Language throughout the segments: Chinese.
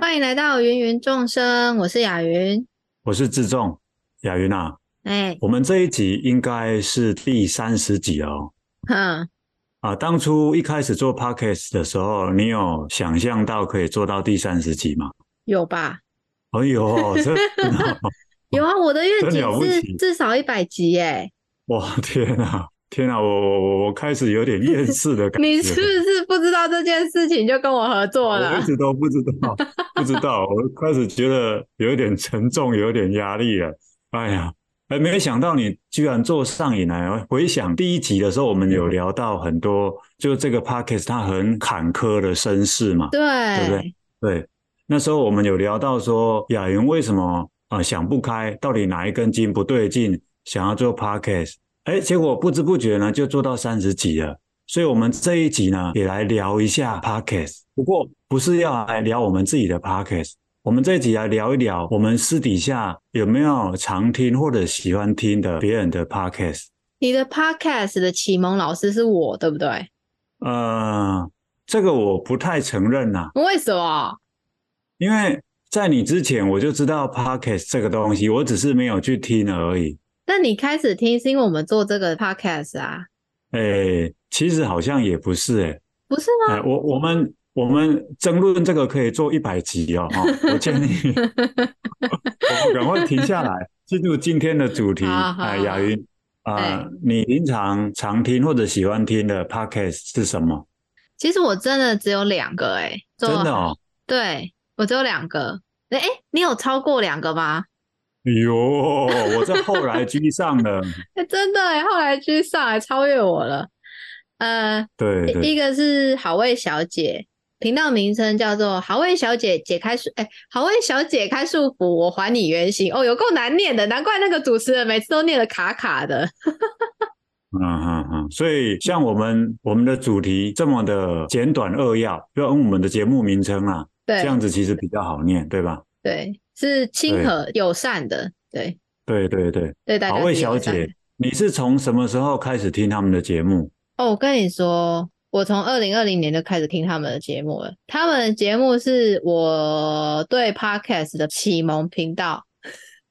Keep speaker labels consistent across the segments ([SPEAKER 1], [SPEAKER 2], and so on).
[SPEAKER 1] 欢迎来到芸芸众生，我是雅云。
[SPEAKER 2] 我是志仲，雅云啊，
[SPEAKER 1] 哎，
[SPEAKER 2] 我们这一集应该是第三十集了哦。
[SPEAKER 1] 哼，
[SPEAKER 2] 啊，当初一开始做 podcast 的时候，你有想象到可以做到第三十集吗？
[SPEAKER 1] 有吧？
[SPEAKER 2] 哎 呦，这
[SPEAKER 1] 有啊，我的愿
[SPEAKER 2] 真了
[SPEAKER 1] 景
[SPEAKER 2] 不
[SPEAKER 1] 是
[SPEAKER 2] 起
[SPEAKER 1] 至少一百集 耶。
[SPEAKER 2] 哇，天啊，天啊，我我我我开始有点厌世的感觉。
[SPEAKER 1] 你是不是不知道这件事情就跟我合作
[SPEAKER 2] 我
[SPEAKER 1] 了
[SPEAKER 2] 一？直都不知道，不知道，我开始觉得有一点沉重，有点压力了。哎呀，哎，没有想到你居然做上瘾了。回想第一集的时候，我们有聊到很多，就这个 podcast 它很坎坷的身世嘛。对不
[SPEAKER 1] 对
[SPEAKER 2] 对，对，那时候我们有聊到说，雅云为什么啊、呃想不开，到底哪一根筋不对劲，想要做 podcast？哎，结果不知不觉呢就做到三十集了。所以，我们这一集呢，也来聊一下 podcast。不过，不是要来聊我们自己的 podcast，我们这一集来聊一聊我们私底下有没有常听或者喜欢听的别人的 podcast。
[SPEAKER 1] 你的 podcast 的启蒙老师是我，对不对？
[SPEAKER 2] 呃，这个我不太承认呐、
[SPEAKER 1] 为什么？
[SPEAKER 2] 因为在你之前我就知道 podcast 这个东西，我只是没有去听而已。
[SPEAKER 1] 那你开始听是因为我们做这个 podcast 啊？
[SPEAKER 2] 诶，哎其实好像也不是诶、
[SPEAKER 1] 不是
[SPEAKER 2] 哎我我们我们争论这个可以做一百集哦，哈、我建议 我们赶快停下来，进入今天的主题。
[SPEAKER 1] 好好
[SPEAKER 2] 哎，
[SPEAKER 1] 好
[SPEAKER 2] 雅云啊、
[SPEAKER 1] 哎
[SPEAKER 2] 你平常常听或者喜欢听的 podcast 是什么？
[SPEAKER 1] 其实我真的只有两个哎、做
[SPEAKER 2] 真的哦，
[SPEAKER 1] 对我只有两个。哎、诶你有超过两个吗？
[SPEAKER 2] 哟，哎我这后来居上了。
[SPEAKER 1] 哎、真的哎、后来居上还超越我了。呃，
[SPEAKER 2] 对
[SPEAKER 1] 一
[SPEAKER 2] 对，
[SPEAKER 1] 一个是好味小姐，频道名称叫做“好味小姐解开束”，哎、好味小姐开束缚，我还你原形。哦，有够难念的，难怪那个主持人每次都念的卡卡的。
[SPEAKER 2] 嗯嗯嗯。所以像我们我们的主题这么的简短扼要，就用我们的节目名称啊，
[SPEAKER 1] 对
[SPEAKER 2] 这样子其实比较好念，对吧？
[SPEAKER 1] 对，是亲
[SPEAKER 2] 对
[SPEAKER 1] 和友善的，对
[SPEAKER 2] 对对对。
[SPEAKER 1] 对大家
[SPEAKER 2] 好味
[SPEAKER 1] 是友
[SPEAKER 2] 小
[SPEAKER 1] 善的
[SPEAKER 2] 姐，你是从什么时候开始听他们的节目？
[SPEAKER 1] 哦，我跟你说，我从二零二零年就开始听他们的节目了。他们的节目是我对 podcast 的启蒙频道，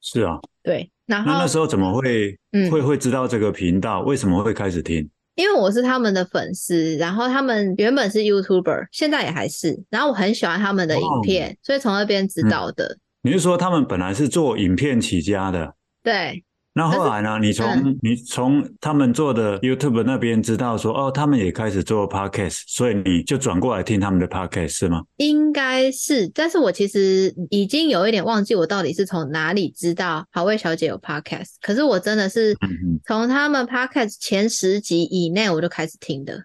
[SPEAKER 2] 是啊，
[SPEAKER 1] 对。然
[SPEAKER 2] 那
[SPEAKER 1] 后
[SPEAKER 2] 那时候怎么会、
[SPEAKER 1] 嗯
[SPEAKER 2] 会会知道这个频道？为什么会开始听？
[SPEAKER 1] 因为我是他们的粉丝，然后他们原本是 YouTuber，现在也还是。然后我很喜欢他们的
[SPEAKER 2] 哦
[SPEAKER 1] 影片，所以从那边
[SPEAKER 2] 嗯
[SPEAKER 1] 知道的。
[SPEAKER 2] 你是说他们本来是做影片起家的，
[SPEAKER 1] 对，
[SPEAKER 2] 那后来呢？你从、
[SPEAKER 1] 嗯
[SPEAKER 2] 你从他们做的 YouTube 那边知道说，哦，他们也开始做 Podcast，所以你就转过来听他们的 Podcast 是吗？
[SPEAKER 1] 应该是。但是我其实已经有一点忘记我到底是从哪里知道好味小姐有 Podcast，可是我真的是
[SPEAKER 2] 嗯嗯。
[SPEAKER 1] 从他们 Podcast 前十集以内我就开始听的。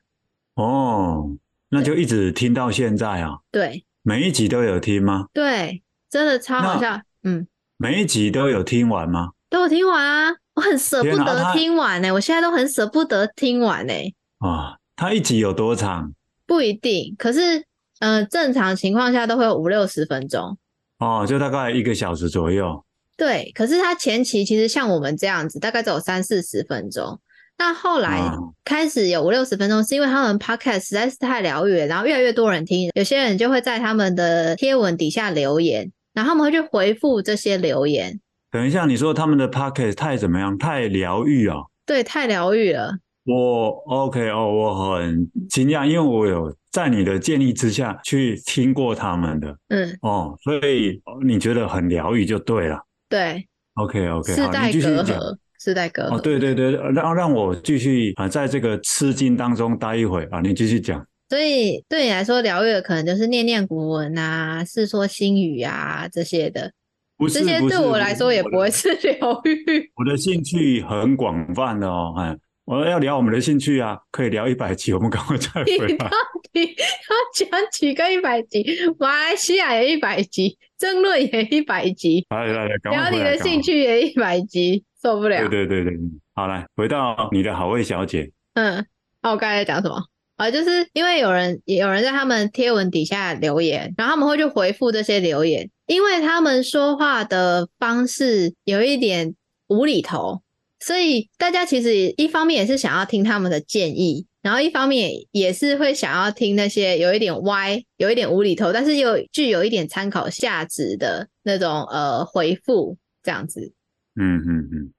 [SPEAKER 2] 哦，那就一直听到现在啊，
[SPEAKER 1] 对
[SPEAKER 2] 每一集都有听吗？
[SPEAKER 1] 对，真的超好
[SPEAKER 2] 那
[SPEAKER 1] 笑。嗯，
[SPEAKER 2] 每一集都有听完吗？
[SPEAKER 1] 都有听完啊，我很舍不
[SPEAKER 2] 天哪啊
[SPEAKER 1] 得
[SPEAKER 2] 他
[SPEAKER 1] 听完欸呢、我现在都很舍不得听完欸呢、
[SPEAKER 2] 啊、它一集有多长？
[SPEAKER 1] 不一定，可是呃，正常情况下都会有五六十分钟。
[SPEAKER 2] 哦，就大概一个小时左右。
[SPEAKER 1] 对，可是它前期其实像我们这样子，大概只有三四十分钟。那后来
[SPEAKER 2] 嗯
[SPEAKER 1] 开始有五六十分钟，是因为他们 podcast 实在是太疗愈了，然后越来越多人听，有些人就会在他们的贴文底下留言，然后他们会去回复这些留言。
[SPEAKER 2] 等一下，你说他们的 podcast 太怎么样？太疗愈哦。
[SPEAKER 1] 对，太疗愈了。
[SPEAKER 2] 我 OK 哦，我很惊讶，因为我有在你的建议之下去听过他们的
[SPEAKER 1] 嗯，
[SPEAKER 2] 哦，所以哦你觉得很疗愈就对了。
[SPEAKER 1] 对，
[SPEAKER 2] OK OK，
[SPEAKER 1] 世
[SPEAKER 2] 好，
[SPEAKER 1] 代
[SPEAKER 2] 你继续
[SPEAKER 1] 隔
[SPEAKER 2] 讲。
[SPEAKER 1] 阂，世代隔
[SPEAKER 2] 哦，
[SPEAKER 1] 阂。
[SPEAKER 2] 对对对，让让我继续啊，在这个吃惊当中待一会啊，你继续讲。
[SPEAKER 1] 所以对你来说，疗愈的可能就是念念古文啊、世说新语啊这些的。
[SPEAKER 2] 不是
[SPEAKER 1] 这些
[SPEAKER 2] 不
[SPEAKER 1] 对
[SPEAKER 2] 是
[SPEAKER 1] 我来说也不
[SPEAKER 2] 我
[SPEAKER 1] 会
[SPEAKER 2] 的
[SPEAKER 1] 是 疗愈。
[SPEAKER 2] 我的兴趣很广泛的哦，哎，我要聊我们的兴趣啊，可以聊一百集，我们赶快再
[SPEAKER 1] 你
[SPEAKER 2] 回 来
[SPEAKER 1] 到。底要讲几个一百集？马来西亚也一百集，争论也一百集，
[SPEAKER 2] 来来来，赶
[SPEAKER 1] 聊
[SPEAKER 2] 快啊
[SPEAKER 1] 你
[SPEAKER 2] 回来。
[SPEAKER 1] 的
[SPEAKER 2] 赶快
[SPEAKER 1] 兴趣也一百集，受不了。
[SPEAKER 2] 对对对对，好来，回到你的好味小姐，
[SPEAKER 1] 嗯，那我刚才在讲什么？啊，就是因为有人有人在他们贴文底下留言，然后他们会去回复这些留言，因为他们说话的方式有一点无厘头，所以大家其实一方面也是想要听他们的建议，然后一方面也也是会想要听那些有一点歪、有一点无厘头，但是又具有一点参考价值的那种呃回复这样子。
[SPEAKER 2] 嗯嗯嗯，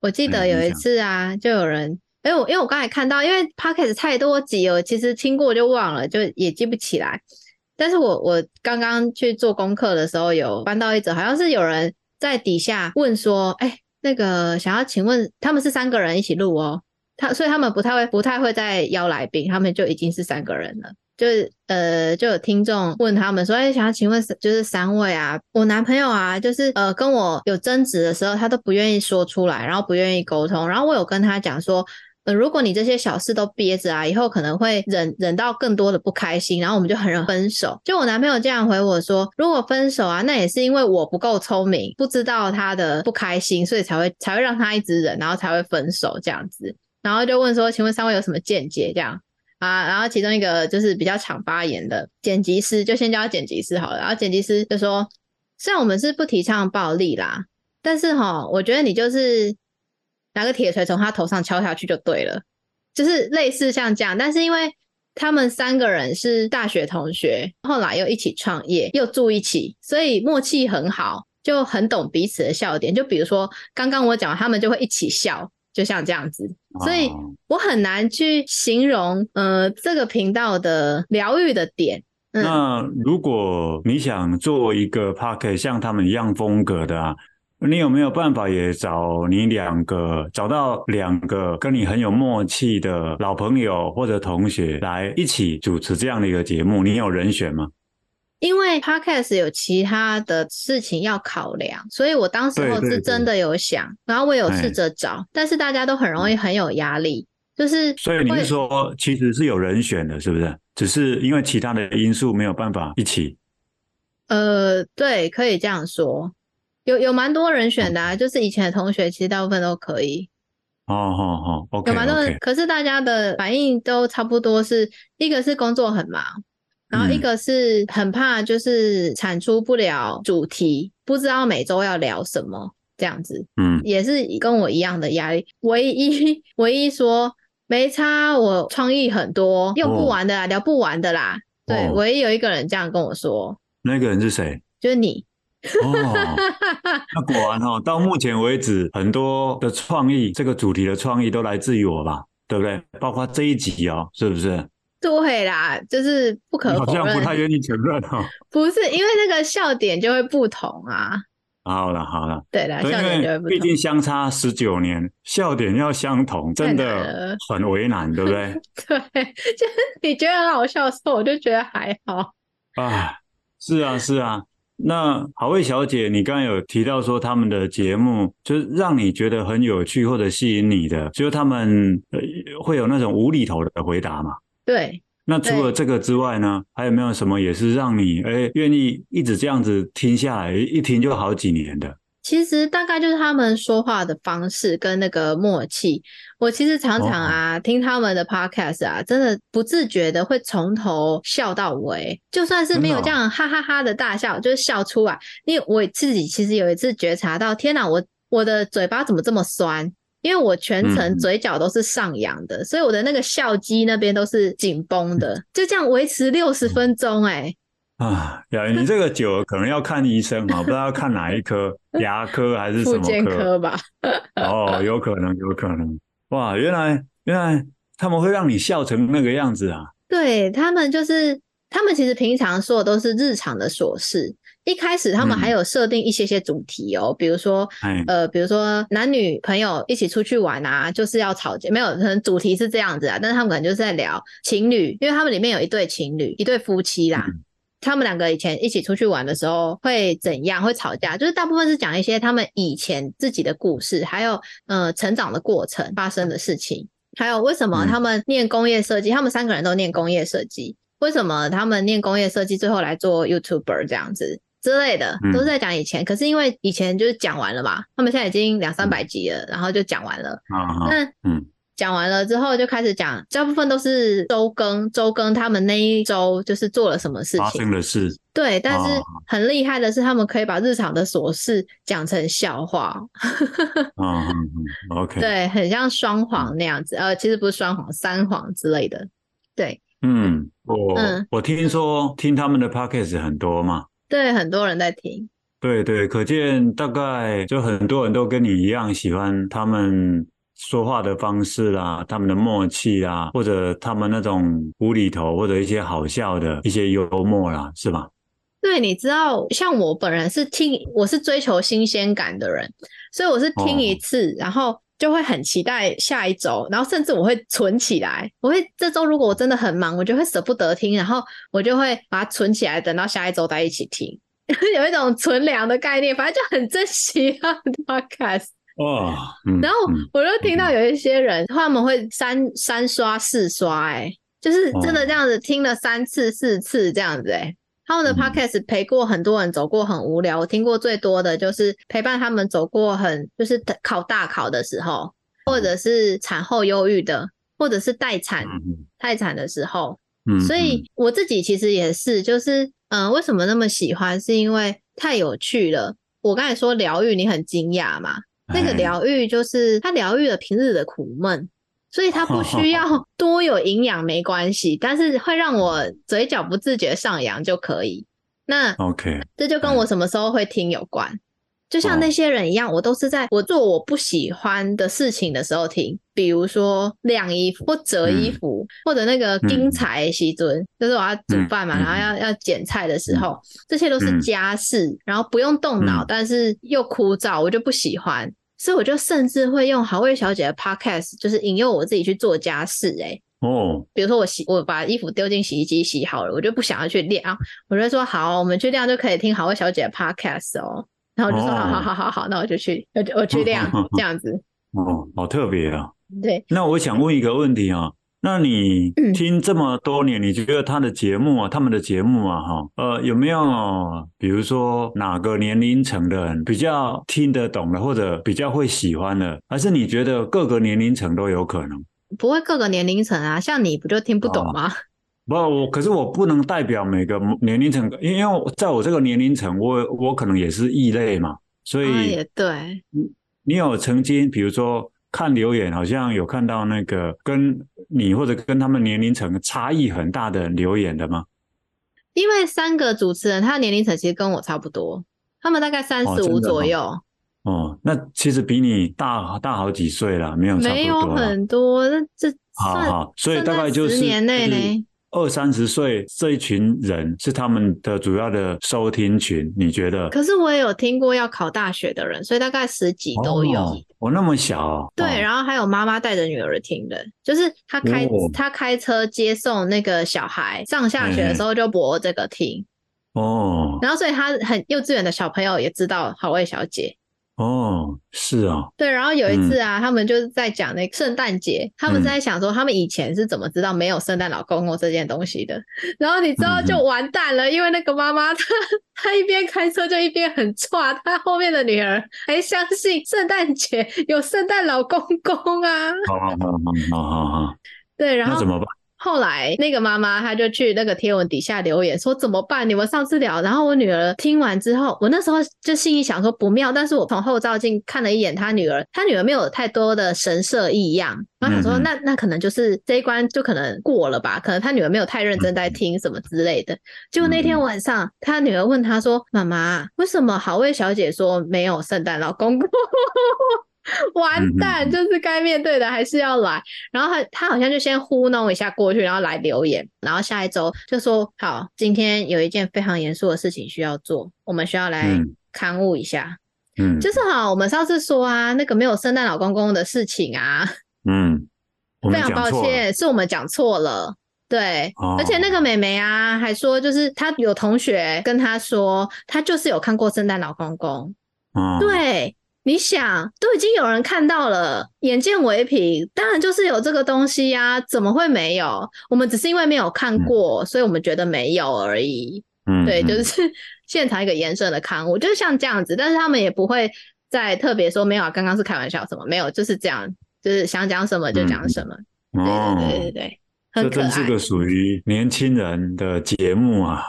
[SPEAKER 1] 我记得
[SPEAKER 2] 嗯
[SPEAKER 1] 有
[SPEAKER 2] 你
[SPEAKER 1] 一
[SPEAKER 2] 讲
[SPEAKER 1] 次啊，就有人，因为我因为我刚才看到，因为 podcast 太多集了，其实听过就忘了，就也记不起来。但是我我刚刚去做功课的时候，有翻到一则，好像是有人在底下问说，哎、那个想要请问，他们是三个人一起录哦，他所以他们不太会不太会再邀来宾，他们就已经是三个人了。就是呃，就有听众问他们说：“哎、想要请问是，就是三位啊，我男朋友啊，就是呃，跟我有争执的时候，他都不愿意说出来，然后不愿意沟通。然后我有跟他讲说，呃，如果你这些小事都憋着啊，以后可能会忍忍到更多的不开心，然后我们就很容易分手。就我男朋友这样回我说，如果分手啊，那也是因为我不够聪明，不知道他的不开心，所以才会才会让他一直忍，然后才会分手这样子。然后就问说，请问三位有什么见解？这样。啊，然后其中一个就是比较常发言的剪辑师，就先叫他剪辑师好了。然后剪辑师就说，虽然我们是不提倡暴力啦，但是哈，我觉得你就是拿个铁锤从他头上敲下去就对了，就是类似像这样。但是因为他们三个人是大学同学，后来又一起创业，又住一起，所以默契很好，就很懂彼此的笑点。就比如说刚刚我讲，他们就会一起笑，就像这样子。所以
[SPEAKER 2] 哦
[SPEAKER 1] 我很难去形容，呃，这个频道的疗愈的点。嗯
[SPEAKER 2] 那如果你想做一个 p a r k e t 像他们一样风格的啊，你有没有办法也找你两个找到两个跟你很有默契的老朋友或者同学来一起主持这样的一个节目？你有人选吗？
[SPEAKER 1] 因为 podcast 有其他的事情要考量，所以我当时候
[SPEAKER 2] 对对哎
[SPEAKER 1] 是真的有想，然后我有试着找，但是大家都很容易很有压力，就是
[SPEAKER 2] 嗯所以你
[SPEAKER 1] 会
[SPEAKER 2] 是说其实是有人选的，是不是？只是因为其他的因素没有办法一起。
[SPEAKER 1] 呃，对，可以这样说，有有蛮多人选的、啊，就是以前的同学其实大部分都可以，
[SPEAKER 2] 哦哦哦，OK
[SPEAKER 1] 有蛮多人
[SPEAKER 2] OK，
[SPEAKER 1] 可是大家的反应都差不多是，一个是工作很忙，然后一
[SPEAKER 2] 嗯
[SPEAKER 1] 个是很怕就是产出不了主题，不知道每周要聊什么这样子，
[SPEAKER 2] 嗯
[SPEAKER 1] 也是跟我一样的压力。唯一 唯一说没差，我创意很多，用不
[SPEAKER 2] 哦
[SPEAKER 1] 完的啦，聊不完的啦。对，
[SPEAKER 2] 哦
[SPEAKER 1] 唯一有一个人这样跟我说，
[SPEAKER 2] 那个人是谁？
[SPEAKER 1] 就是你。
[SPEAKER 2] 哦。那果然哦，到目前为止，很多的创意，这个主题的创意都来自于我吧，对不对？包括这一集哦，是不是？
[SPEAKER 1] 对啦，就是不可
[SPEAKER 2] 你好
[SPEAKER 1] 否
[SPEAKER 2] 像不
[SPEAKER 1] 认，
[SPEAKER 2] 太愿意承认 哦。
[SPEAKER 1] 不是因为那个笑点就会不同啊。
[SPEAKER 2] 好了好了，
[SPEAKER 1] 对啦，
[SPEAKER 2] 对，
[SPEAKER 1] 笑点就会
[SPEAKER 2] 因
[SPEAKER 1] 不
[SPEAKER 2] 为毕
[SPEAKER 1] 同。
[SPEAKER 2] 竟相差十九年，笑点要相同，真
[SPEAKER 1] 太难了
[SPEAKER 2] 的很为难，对不对？
[SPEAKER 1] 对，就是你觉得很好笑的时候，我就觉得还好。
[SPEAKER 2] 啊，是啊，是啊。那好味小姐，你刚刚有提到说他们的节目就是让你觉得很有趣或者吸引你的，就是他们呃会有那种无厘头的回答嘛？
[SPEAKER 1] 对，
[SPEAKER 2] 那除了这个之外呢，还有没有什么也是让你哎愿意一直这样子听下来，一一听就好几年的？
[SPEAKER 1] 其实大概就是他们说话的方式跟那个默契。我其实常
[SPEAKER 2] 哦
[SPEAKER 1] 常啊、听他们的 podcast 啊，真的不自觉的会从头笑到尾，就算是没有
[SPEAKER 2] 真
[SPEAKER 1] 这
[SPEAKER 2] 的哦
[SPEAKER 1] 样哈哈哈的大笑，就是笑出来。因为我自己其实有一次觉察到，天哪，我我的嘴巴怎么这么酸？因为我全程
[SPEAKER 2] 嗯
[SPEAKER 1] 嘴角都是上扬的，所以我的那个笑肌那边都是紧绷的，就这样维持六
[SPEAKER 2] 嗯
[SPEAKER 1] 十分钟、欸，哎。
[SPEAKER 2] 啊，雅云，你这个酒可能要看医生啊，不知道要看哪一科，牙科还是什
[SPEAKER 1] 复
[SPEAKER 2] 么
[SPEAKER 1] 健科吧，
[SPEAKER 2] 哦，有可能，有可能。哇，原来原来他们会让你笑成那个样子啊！
[SPEAKER 1] 对他们就是，他们其实平常说的都是日常的琐事。一开始他们还
[SPEAKER 2] 嗯
[SPEAKER 1] 有设定一些些主题哦，比如说，
[SPEAKER 2] 哎，
[SPEAKER 1] 呃，比如说男女朋友一起出去玩啊，就是要吵架，没有，可能主题是这样子啊，但是他们可能就是在聊情侣，因为他们里面有一对情侣，一对夫妻啦。他们两个以前一起出去玩的时候会怎样？会吵架？就是大部分是讲一些他们以前自己的故事，还有呃成长的过程发生的事情，还有为什么
[SPEAKER 2] 嗯
[SPEAKER 1] 他们念工业设计，他们三个人都念工业设计，为什么他们念工业设计最后来做 YouTuber 这样子之类的，
[SPEAKER 2] 嗯
[SPEAKER 1] 都是在讲以前。可是因为以前就是讲完了嘛，他们现在已经两三百集了，然后就讲完了。
[SPEAKER 2] 啊哈，
[SPEAKER 1] 那
[SPEAKER 2] 嗯，
[SPEAKER 1] 讲完了之后就开始讲，大部分都是周更，周更他们那一周就是做了什么事
[SPEAKER 2] 发
[SPEAKER 1] 情。
[SPEAKER 2] 生的事，
[SPEAKER 1] 对，但是
[SPEAKER 2] 哦
[SPEAKER 1] 很厉害的是，他们可以把日常的琐事讲成笑话，
[SPEAKER 2] 嗯嗯嗯，OK，，
[SPEAKER 1] 对，很像双
[SPEAKER 2] 嗯
[SPEAKER 1] 簧那样子。呃，其实不是双簧，三簧之类的。对
[SPEAKER 2] 嗯，我
[SPEAKER 1] 嗯
[SPEAKER 2] 我听说听他们的 podcast 很多嘛，
[SPEAKER 1] 对，很多人在听。
[SPEAKER 2] 对对，可见大概就很多人都跟你一样喜欢他们说话的方式啦，他们的默契啦，或者他们那种无厘头或者一些好笑的一些幽默啦，是吧？
[SPEAKER 1] 对，你知道，像我本人是听，我是追求新鲜感的人，所以我是听一
[SPEAKER 2] 哦
[SPEAKER 1] 次，然后就会很期待下一周，然后甚至我会存起来。我会这周如果我真的很忙，我就会舍不得听，然后我就会把它存起来，等到下一周再一起听， 有一种存粮的概念，反正就很珍惜 他们的 podcast。
[SPEAKER 2] 哦，嗯，
[SPEAKER 1] 然后
[SPEAKER 2] 嗯
[SPEAKER 1] 我就听到有一些人，他们会三三刷四刷、欸，就是
[SPEAKER 2] 哦
[SPEAKER 1] 真的这样子听了三次四次这样子、欸，他们的
[SPEAKER 2] 嗯
[SPEAKER 1] podcast 陪过很多人走过很无聊，我听过最多的就是陪伴他们走过很就是考大考的时
[SPEAKER 2] 嗯
[SPEAKER 1] 候，或者是产后忧郁的，或者是待产
[SPEAKER 2] 嗯
[SPEAKER 1] 待产的时候，
[SPEAKER 2] 嗯，
[SPEAKER 1] 所
[SPEAKER 2] 嗯
[SPEAKER 1] 以我自己其实也是，就是嗯、呃为什么那么喜欢，是因为太有趣了。我刚才说疗愈，你很惊讶嘛？那个
[SPEAKER 2] 哎
[SPEAKER 1] 疗愈就是它疗愈了平日的苦闷，所以它不需要多有营养没关系，但是会让我嘴角不自觉上扬就可以。那
[SPEAKER 2] OK，
[SPEAKER 1] 这就
[SPEAKER 2] 嗯
[SPEAKER 1] 跟我什么时候会听有关，就
[SPEAKER 2] 哦
[SPEAKER 1] 像那些人一样，我都是在我做我不喜欢的事情的时候听，比如说晾衣服或折衣服，或者那个
[SPEAKER 2] 嗯
[SPEAKER 1] 钉柴洗尊，就是我要煮饭嘛，
[SPEAKER 2] 嗯嗯
[SPEAKER 1] 然后要要剪菜的时候，这些都是
[SPEAKER 2] 嗯
[SPEAKER 1] 家事，然后不用动脑，
[SPEAKER 2] 嗯
[SPEAKER 1] 但是又枯燥，我就不喜欢。所以我就甚至会用好味小姐的 podcast，就是引诱我自己去做家事、欸。
[SPEAKER 2] 哦，
[SPEAKER 1] 比如说我洗，我把衣服丢进洗衣机洗好了，我就不想要去晾，我就说好，我们去晾就可以听好味小姐的 podcast 哦。然后我就说
[SPEAKER 2] 哦
[SPEAKER 1] 好好好好好，那我就去，我就我去 晾这样子。
[SPEAKER 2] 哦，好特别啊！
[SPEAKER 1] 对，
[SPEAKER 2] 那我想问一个问题啊，那你
[SPEAKER 1] 嗯
[SPEAKER 2] 听这么多年，你觉得他的节目啊，他们的节目啊，哈，呃，有没有比如说哪个年龄层的人比较听得懂的，或者比较会喜欢的，还是你觉得各个年龄层都有可能？
[SPEAKER 1] 不会各个年龄层啊，像你不就听不
[SPEAKER 2] 哦
[SPEAKER 1] 懂吗？
[SPEAKER 2] 不，我可是我不能代表每个年龄层，因为我在我这个年龄层，我我可能也是异类嘛， 所
[SPEAKER 1] 啊
[SPEAKER 2] 以
[SPEAKER 1] 也对，
[SPEAKER 2] 你有曾经，比如说看留言，好像有看到那个跟你或者跟他们年龄层差异很大的留言的吗？
[SPEAKER 1] 因为三个主持人他的年龄层其实跟我差不多，他们大概三十
[SPEAKER 2] 真的
[SPEAKER 1] 五
[SPEAKER 2] 哦
[SPEAKER 1] 左右，
[SPEAKER 2] 哦，那其实比你大大好几岁了，没有差
[SPEAKER 1] 没有
[SPEAKER 2] 不多了。
[SPEAKER 1] 很多，那这
[SPEAKER 2] 好
[SPEAKER 1] 算
[SPEAKER 2] 好，所以
[SPEAKER 1] 算
[SPEAKER 2] 大概
[SPEAKER 1] 在
[SPEAKER 2] 就是
[SPEAKER 1] 十年内呢，
[SPEAKER 2] 二三十岁这一群人是他们的主要的收听群，你觉得？
[SPEAKER 1] 可是我也有听过要考大学的人，所以大概十几都有。
[SPEAKER 2] 哦，哦那么小哦、
[SPEAKER 1] 对，
[SPEAKER 2] 哦
[SPEAKER 1] 然后还有妈妈带着女儿听的，就是她开、
[SPEAKER 2] 哦
[SPEAKER 1] 她开车接送那个小孩上下学的时候就播这个听，
[SPEAKER 2] 哦
[SPEAKER 1] 然后所以她很幼稚园的小朋友也知道好味小姐。
[SPEAKER 2] 哦，是啊、哦，
[SPEAKER 1] 对，然后有一次啊，他们就是在讲那个圣诞节，他
[SPEAKER 2] 嗯
[SPEAKER 1] 们是在想说他们以前是怎么知道没有圣诞老公公这件东西的，然后你知道
[SPEAKER 2] 嗯嗯
[SPEAKER 1] 就完蛋了，因为那个妈妈她 她一边开车就一边很抓，她后面的女儿还相信圣诞节有圣诞老公公啊，
[SPEAKER 2] 好好好好好好好，
[SPEAKER 1] 对，然
[SPEAKER 2] 那
[SPEAKER 1] 后
[SPEAKER 2] 怎么办？
[SPEAKER 1] 后来那个妈妈她就去那个贴文底下留言说怎么办？你们上次聊，然后我女儿听完之后，我那时候就心里想说不妙，但是我从后照镜看了一眼她女儿，她女儿没有太多的神色异样，然后想说
[SPEAKER 2] 嗯嗯
[SPEAKER 1] 那那可能就是这一关就可能过了吧，可能她女儿没有太认真在听什么之类的。结果那
[SPEAKER 2] 嗯
[SPEAKER 1] 天晚上，她女儿问她说：“妈妈，为什么好味小姐说没有圣诞老公公？” 完蛋，
[SPEAKER 2] 嗯
[SPEAKER 1] 就是该面对的还是要来。然后他他好像就先糊弄一下过去，然后来留言，然后下一周就说好，今天有一件非常严肃的事情需要做，我们需要来
[SPEAKER 2] 嗯
[SPEAKER 1] 刊物一下。
[SPEAKER 2] 嗯，
[SPEAKER 1] 就是哈，我们上次说啊，那个没有圣诞老公公的事情啊，
[SPEAKER 2] 嗯，我
[SPEAKER 1] 非
[SPEAKER 2] 们
[SPEAKER 1] 常
[SPEAKER 2] 讲
[SPEAKER 1] 抱
[SPEAKER 2] 错了。
[SPEAKER 1] 歉，是我们讲错了。对，
[SPEAKER 2] 哦
[SPEAKER 1] 而且那个妹妹啊，还说就是她有同学跟她说，她就是有看过圣诞老公公。
[SPEAKER 2] 嗯，
[SPEAKER 1] 对，你想，都已经有人看到了，眼见为凭，当然就是有这个东西呀、怎么会没有？我们只是因为没有看过，所以我们觉得没有而已。
[SPEAKER 2] 嗯，
[SPEAKER 1] 对，就
[SPEAKER 2] 嗯
[SPEAKER 1] 是 现场一个延伸的刊物，就是像这样子，但是他们也不会再特别说没有啊，刚刚是开玩笑什么，没有，就是这样，就是想讲什么就讲什么。
[SPEAKER 2] 嗯哦，
[SPEAKER 1] 对对对对对，
[SPEAKER 2] 这
[SPEAKER 1] 很可
[SPEAKER 2] 真
[SPEAKER 1] 爱。
[SPEAKER 2] 是个属于年轻人的节目啊。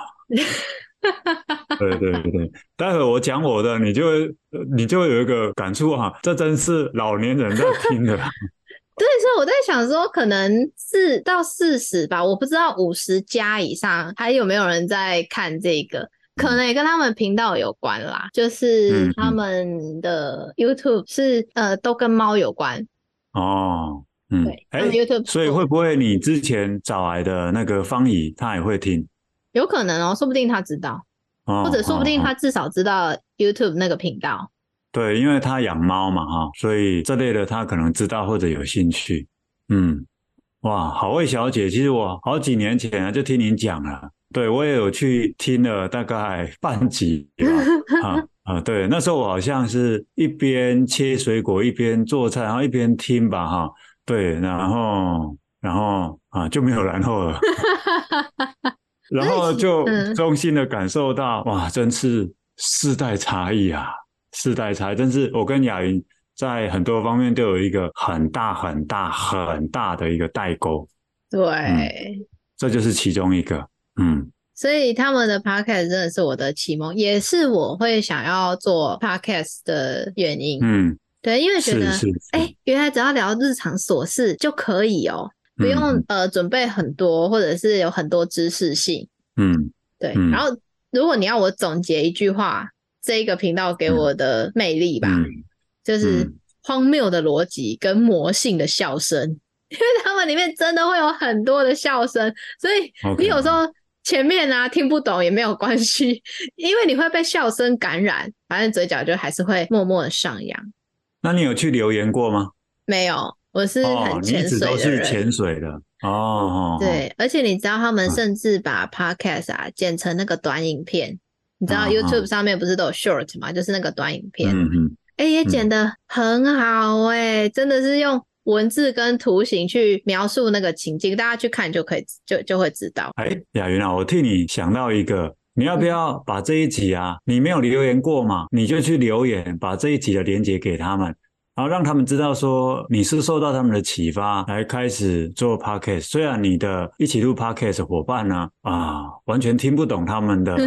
[SPEAKER 2] 对对对对，待会我讲我的，你就会呃你就会有一个感触哈、这真是老年 人在听的。
[SPEAKER 1] 对，所以我在想说，可能四到四十吧，我不知道五十加以上还有没有人在看这个，可能也跟他们频道有关啦，就是
[SPEAKER 2] 嗯
[SPEAKER 1] 他
[SPEAKER 2] 嗯
[SPEAKER 1] 们的 YouTube 是呃都跟猫有关，
[SPEAKER 2] 哦，嗯
[SPEAKER 1] 对，，啊他
[SPEAKER 2] 哎、
[SPEAKER 1] 们 YouTube
[SPEAKER 2] 所以会不会你之前找来的那个方怡，她也会听？
[SPEAKER 1] 有可能哦，说不定他知道，
[SPEAKER 2] 哦、
[SPEAKER 1] 或者说不定
[SPEAKER 2] 哦
[SPEAKER 1] 他
[SPEAKER 2] 哦
[SPEAKER 1] 至少知道 YouTube 那个频道。
[SPEAKER 2] 对，因为她养猫嘛哈、所以这类的她可能知道或者有兴趣。嗯，哇，好味小姐，其实我好几年前啊就听您讲了，对我也有去听了大概半集吧。啊啊，对，那时候我好像是一边切水果一边做菜，然后一边听吧哈、对，然后然后啊就没有然后了。啊然后就
[SPEAKER 1] 嗯
[SPEAKER 2] 衷心的感受到，哇，真是世代差异啊，世代差异，真是我跟雅云在很多方面都有一个很大很大很大的一个代沟，
[SPEAKER 1] 对，
[SPEAKER 2] 这就是其中一个。嗯，
[SPEAKER 1] 所以他们的 podcast 真的是我的启蒙，也是我会想要做 podcast 的原因。
[SPEAKER 2] 嗯，
[SPEAKER 1] 对，因为觉
[SPEAKER 2] 是
[SPEAKER 1] 得
[SPEAKER 2] 是，是
[SPEAKER 1] 哎、原来只要聊日常琐事就可以哦，不用、
[SPEAKER 2] 嗯
[SPEAKER 1] 呃准备很多，或者是有很多知识性。
[SPEAKER 2] 嗯
[SPEAKER 1] 对，
[SPEAKER 2] 嗯
[SPEAKER 1] 然后如果你要我总结一句话，这一个频道给我的魅力吧，
[SPEAKER 2] 嗯
[SPEAKER 1] 就是
[SPEAKER 2] 嗯
[SPEAKER 1] 荒谬的逻辑跟魔性的笑声， 因为他们里面真的会有很多的笑声，所以
[SPEAKER 2] OK
[SPEAKER 1] 你有时候前面啊听不懂也没有关系， 因为你会被笑声感染，反正嘴角就还是会默默的上扬。
[SPEAKER 2] 那你有去留言过吗？
[SPEAKER 1] 没有，我是
[SPEAKER 2] 哦
[SPEAKER 1] 很，
[SPEAKER 2] 你一
[SPEAKER 1] 潜
[SPEAKER 2] 直
[SPEAKER 1] 水
[SPEAKER 2] 都
[SPEAKER 1] 的
[SPEAKER 2] 是
[SPEAKER 1] 人。
[SPEAKER 2] 潜水的哦哦，哦，
[SPEAKER 1] 对，而且你知道他们
[SPEAKER 2] 嗯
[SPEAKER 1] 甚至把 podcast 啊剪成那个短影片，你知道
[SPEAKER 2] 嗯嗯
[SPEAKER 1] YouTube 上面不是都有 short 嘛，就是那个短影片，
[SPEAKER 2] 嗯嗯，
[SPEAKER 1] 哎、也
[SPEAKER 2] 嗯
[SPEAKER 1] 剪得很好哎、真的是用文字跟图形去描述那个情境，大家去看就可以就就会知道。
[SPEAKER 2] 哎，雅云啊，我替你想到一个，你
[SPEAKER 1] 嗯
[SPEAKER 2] 要不要把这一集啊，你没有留言过嘛，你就去留言，把这一集的连接给他们，然后让他们知道说你是受到他们的启发来开始做 podcast。虽然你的一起录 podcast 的伙伴呢，啊，完全听不懂他 们的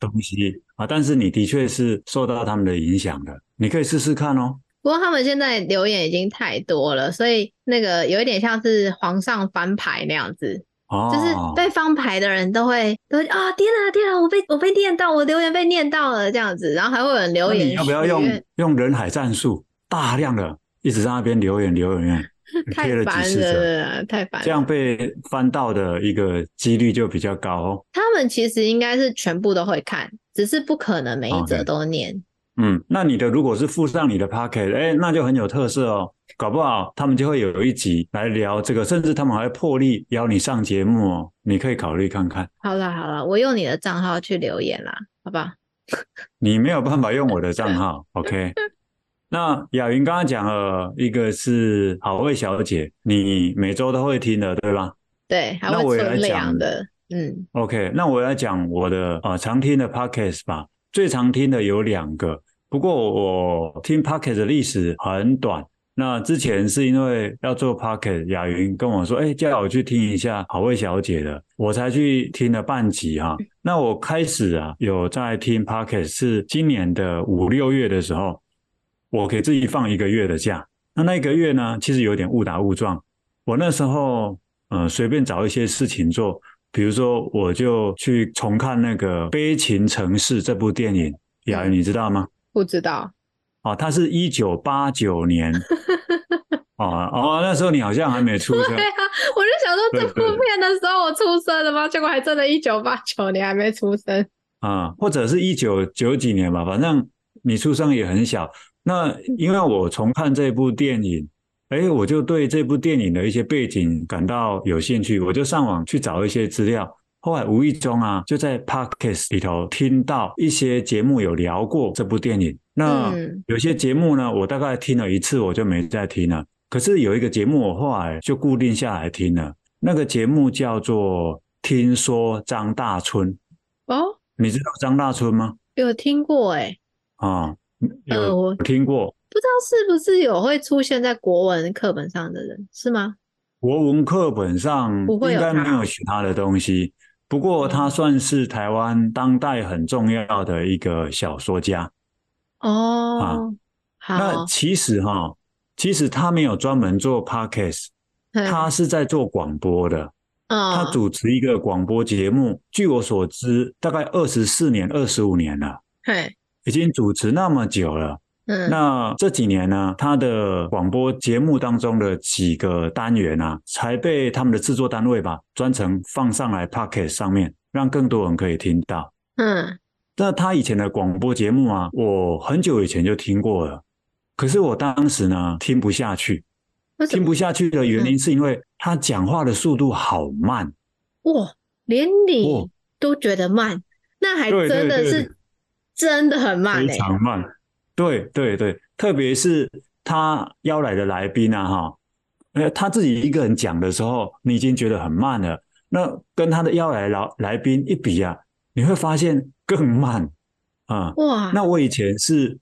[SPEAKER 2] 东西啊，但是你的确是受到他们的影响的，你可以试试看哦。
[SPEAKER 1] 不过他们现在留言已经太多了，所以那个有一点像是皇上翻牌那样子，
[SPEAKER 2] 哦，
[SPEAKER 1] 就是被翻牌的人都会都会啊、天啊天啊，我被我被念到，我留言被念到了这样子，然后还会有人留
[SPEAKER 2] 那
[SPEAKER 1] 言
[SPEAKER 2] 你要不要
[SPEAKER 1] 许
[SPEAKER 2] 用
[SPEAKER 1] 愿，
[SPEAKER 2] 用人海战术，大量的一直在那边留言留言留言
[SPEAKER 1] 太
[SPEAKER 2] 贴了几
[SPEAKER 1] 烦
[SPEAKER 2] 十则，
[SPEAKER 1] 了啦，太烦了。
[SPEAKER 2] 这样被翻到的一个几率就比较高哦。
[SPEAKER 1] 他们其实应该是全部都会看，只是不可能每一则
[SPEAKER 2] OK
[SPEAKER 1] 都念。
[SPEAKER 2] 嗯，那你的如果是附上你的 pocket，哎，那就很有特色哦。搞不好他们就会有一集来聊这个，甚至他们还破例邀你上节目哦，你可以考虑看看。
[SPEAKER 1] 好啦好啦，我用你的账号去留言啦，好吧？
[SPEAKER 2] 你没有办法用我的 账号，OK？那雅云刚刚讲了一个是好味小姐，你每周都会听的，对吧？
[SPEAKER 1] 对，还
[SPEAKER 2] 那
[SPEAKER 1] 会
[SPEAKER 2] 我也来
[SPEAKER 1] 存粮
[SPEAKER 2] 讲
[SPEAKER 1] 的。嗯
[SPEAKER 2] OK，那我要讲我的呃常听的 podcast 吧。最常听的有两个，不过我听 podcast 的历史很短。那之前是因为要做 podcast，雅云跟我说，哎、叫我去听一下好味小姐的，我才去听了半集哈、那我开始啊有在听 podcast，是今年的五六月的时候，我给自己放一个月的假。那那一个月呢，其实有点误打误撞，我那时候呃随便找一些事情做，比如说，我就去重看那个《悲情城市》这部电影，
[SPEAKER 1] 嗯
[SPEAKER 2] 雅云你知道吗？
[SPEAKER 1] 不知道。
[SPEAKER 2] 哦，它是一九八 九年，哦哦，那时候你好像还没出生
[SPEAKER 1] 对，啊，我就想说
[SPEAKER 2] 对
[SPEAKER 1] 这部
[SPEAKER 2] 对
[SPEAKER 1] 片的时候我出生了吗？结果还真的，一九八九年还没出生。
[SPEAKER 2] 啊、或者是一九九几年吧，反正你出生也很小。那因为我重看这部电影，哎，我就对这部电影的一些背景感到有兴趣，我就上网去找一些资料。后来无意中啊，就在 podcast 里头听到一些节目有聊过这部电影。那
[SPEAKER 1] 嗯
[SPEAKER 2] 有些节目呢，我大概听了一次，我就没再听了。可是有一个节目，我后来就固定下来听了。那个节目叫做《听说张大春》。
[SPEAKER 1] 哦，
[SPEAKER 2] 你知道张大春吗？
[SPEAKER 1] 有听过哎、
[SPEAKER 2] 啊、有、
[SPEAKER 1] 呃我
[SPEAKER 2] 有听过
[SPEAKER 1] 不知道是不是有会出现在国文课本上的人是吗？
[SPEAKER 2] 国文课本上
[SPEAKER 1] 不会有
[SPEAKER 2] 应该
[SPEAKER 1] 他
[SPEAKER 2] 没有学他的东西，不过他算是台湾当代很重要的一个小说家。
[SPEAKER 1] 哦，
[SPEAKER 2] 啊那
[SPEAKER 1] 好，
[SPEAKER 2] 其实哈、其实他没有专门做 podcast，他是在做广播的。他
[SPEAKER 1] 他
[SPEAKER 2] 主持一个广播节目，据我所知，大概二十四年、二十五年了，
[SPEAKER 1] 嘿，
[SPEAKER 2] 已经主持那么久了。
[SPEAKER 1] 嗯，
[SPEAKER 2] 那这几年呢，他的广播节目当中的几个单元啊，才被他们的制作单位吧专程放上来 Pocket 上面，让更多人可以听到。
[SPEAKER 1] 嗯
[SPEAKER 2] 那他以前的广播节目啊，我很久以前就听过了，可是我当时呢听不下去，
[SPEAKER 1] 为什
[SPEAKER 2] 听
[SPEAKER 1] 么
[SPEAKER 2] 不下去的原因是因为他讲话的速度好慢。
[SPEAKER 1] 哇，连
[SPEAKER 2] 哇
[SPEAKER 1] 你都觉得慢，那还
[SPEAKER 2] 对
[SPEAKER 1] 真
[SPEAKER 2] 对
[SPEAKER 1] 的
[SPEAKER 2] 对
[SPEAKER 1] 是
[SPEAKER 2] 对
[SPEAKER 1] 真的很慢
[SPEAKER 2] 非
[SPEAKER 1] 欸
[SPEAKER 2] 常慢。对对对，特别是他邀来的来宾啊，哈，呃，他自己一个人讲的时候，你已经觉得很慢了。那跟他的邀来老来宾一比啊，你会发现更慢啊、
[SPEAKER 1] 哇，
[SPEAKER 2] 那我以前是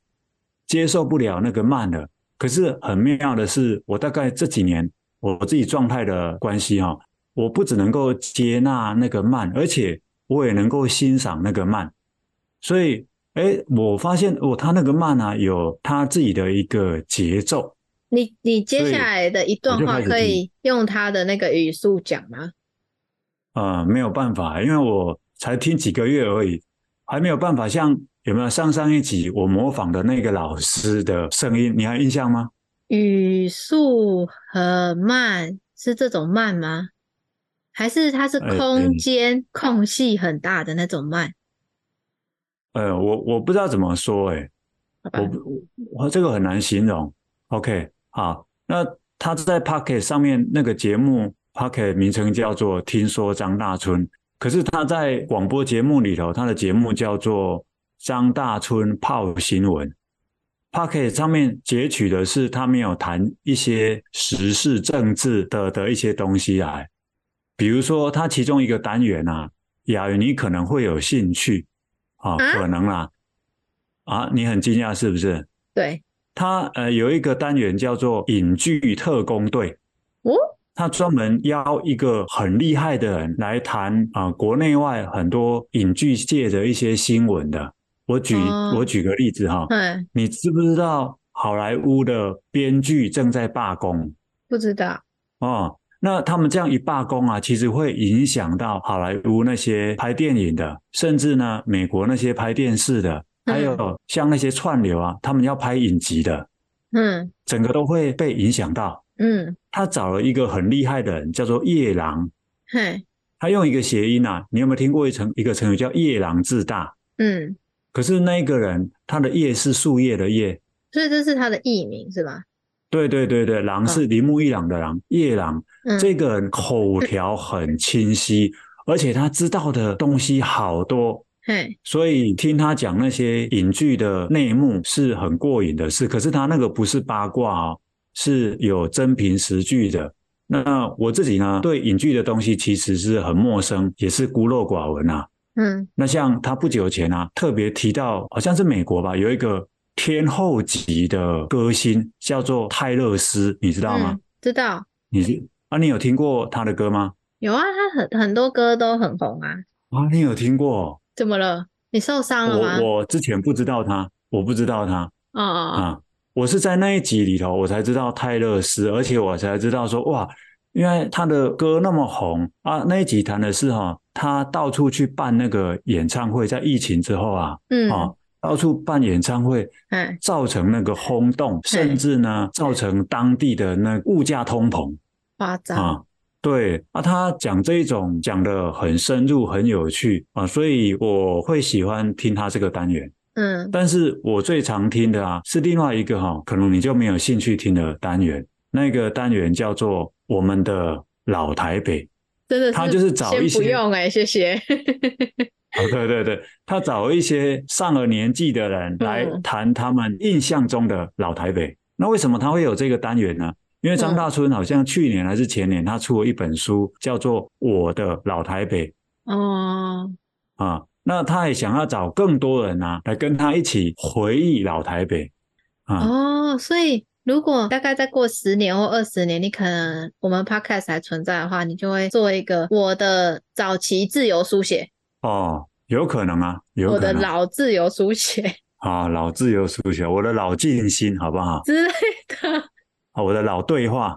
[SPEAKER 2] 接受不了那个慢的，可是很妙的是，我大概这几年我自己状态的关系哈、我不只能够接纳那个慢，而且我也能够欣赏那个慢。所以，哎，我发现我他那个慢啊，有他自己的一个节奏。
[SPEAKER 1] 你你接
[SPEAKER 2] 所以
[SPEAKER 1] 下来的一段
[SPEAKER 2] 就
[SPEAKER 1] 话
[SPEAKER 2] 开始
[SPEAKER 1] 可
[SPEAKER 2] 听
[SPEAKER 1] 以用他的那个语速讲吗？
[SPEAKER 2] 呃，没有办法，因为我才听几个月而已，还没有办法像有没有上上一集我模仿的那个老师的声音，你还有印象吗？
[SPEAKER 1] 语速很慢，是这种慢吗？还是它是
[SPEAKER 2] 呃
[SPEAKER 1] 空
[SPEAKER 2] 嗯
[SPEAKER 1] 间空隙很大的那种慢？
[SPEAKER 2] 呃，我我不知道怎么说、诶
[SPEAKER 1] 好吧
[SPEAKER 2] 我，不我这个很难形容。OK，好，那他在 Pocket 上面那个节目，Pocket 名称叫做《听说张大春》，可是他在广播节目里头，他的节目叫做《张大春泡新闻》。Pocket 上面截取的是他没有谈一些时事政治的的一些东西来，比如说他其中一个单元啊，雅云你可能会有兴趣啊，
[SPEAKER 1] 啊
[SPEAKER 2] 可能啦，啊，你很惊讶是不是？
[SPEAKER 1] 对，
[SPEAKER 2] 他呃有一个单元叫做影剧特工队，
[SPEAKER 1] 哦，
[SPEAKER 2] 他专门邀一个很厉害的人来谈啊、呃国内外很多影剧界的一些新闻的。我举、
[SPEAKER 1] 哦
[SPEAKER 2] 我举个例子哈，
[SPEAKER 1] 嗯，
[SPEAKER 2] 你知不知道好莱坞的编剧正在罢工
[SPEAKER 1] 不知道，
[SPEAKER 2] 哦？那他们这样一罢工啊，其实会影响到好莱坞那些拍电影的，甚至呢美国那些拍电视的，还有像那些串流啊，他们要拍影集的，
[SPEAKER 1] 嗯
[SPEAKER 2] 整个都会被影响到。
[SPEAKER 1] 嗯，
[SPEAKER 2] 他找了一个很厉害的人，叫做夜郎，
[SPEAKER 1] 嘿，
[SPEAKER 2] 他用一个谐音啊，你有没有听过一成一个成语叫夜郎自大？
[SPEAKER 1] 嗯，
[SPEAKER 2] 可是那一个人，他的叶是树叶的叶，
[SPEAKER 1] 所以这是他的艺名是吧？
[SPEAKER 2] 对对对对，郎是铃木一朗的郎，夜郎
[SPEAKER 1] 嗯，
[SPEAKER 2] 这个人口条很清晰，而且他知道的东西好多，
[SPEAKER 1] 嘿，
[SPEAKER 2] 所以听他讲那些影剧的内幕是很过瘾的事。可是他那个不是八卦哦，是有真凭实据的。那我自己呢，对影剧的东西其实是很陌生，也是孤陋寡闻啊。
[SPEAKER 1] 嗯，
[SPEAKER 2] 那像他不久前啊，特别提到好像是美国吧，有一个天后级的歌星叫做泰勒斯，你知道吗？
[SPEAKER 1] 嗯，知道，
[SPEAKER 2] 你是啊，你有听过他的歌吗？
[SPEAKER 1] 有啊，他很很多歌都很红啊，
[SPEAKER 2] 啊，你有听过哦？
[SPEAKER 1] 怎么了？你受伤了吗？
[SPEAKER 2] 我我之前不知道他，我不知道他。
[SPEAKER 1] 哦啊哦，
[SPEAKER 2] 啊，我是在那一集里头我才知道泰勒斯，而且我才知道说哇，原来他的歌那么红啊。那一集谈的是哈、他到处去办那个演唱会，在疫情之后啊，
[SPEAKER 1] 嗯，
[SPEAKER 2] 啊，到处办演唱会，
[SPEAKER 1] 哎，
[SPEAKER 2] 造成那个轰动，甚至呢造成当地的那物价通膨
[SPEAKER 1] 夸张，
[SPEAKER 2] 啊。对啊，他讲这一种讲的很深入，很有趣啊，所以我会喜欢听他这个单元。
[SPEAKER 1] 嗯，
[SPEAKER 2] 但是我最常听的啊，是另外一个哈、可能你就没有兴趣听的单元。那个单元叫做“我们的老台北
[SPEAKER 1] 真的
[SPEAKER 2] 他
[SPEAKER 1] 是
[SPEAKER 2] 就是找
[SPEAKER 1] 先
[SPEAKER 2] 一
[SPEAKER 1] 不
[SPEAKER 2] 些
[SPEAKER 1] 用哎，谢谢。”。
[SPEAKER 2] 哦，对对对，他找一些上了年纪的人来
[SPEAKER 1] 嗯
[SPEAKER 2] 谈他们印象中的老台北。那为什么他会有这个单元呢？因为张
[SPEAKER 1] 嗯
[SPEAKER 2] 大春好像去年还是前年，他出了一本书，叫做《我的老台北》。
[SPEAKER 1] 哦，
[SPEAKER 2] 啊，那他也想要找更多人啊，来跟他一起回忆老台北啊。
[SPEAKER 1] 哦，所以如果大概再过十年或二十年，你可能我们 podcast 还存在的话，你就会做一个我的早期自由书写，
[SPEAKER 2] 哦，有可能啊，有
[SPEAKER 1] 我
[SPEAKER 2] 可
[SPEAKER 1] 的
[SPEAKER 2] 能
[SPEAKER 1] 老自由书 写
[SPEAKER 2] 啊，老自由书写，我的老静心，好不好？
[SPEAKER 1] 之类的。
[SPEAKER 2] 啊，我的老对话，吗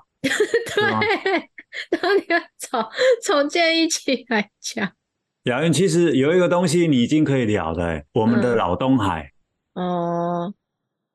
[SPEAKER 1] 对， 然后你要从从建议起来讲。
[SPEAKER 2] 雅云，其实有一个东西你已经可以聊了、欸，我们的
[SPEAKER 1] 嗯
[SPEAKER 2] 老东海，
[SPEAKER 1] 哦，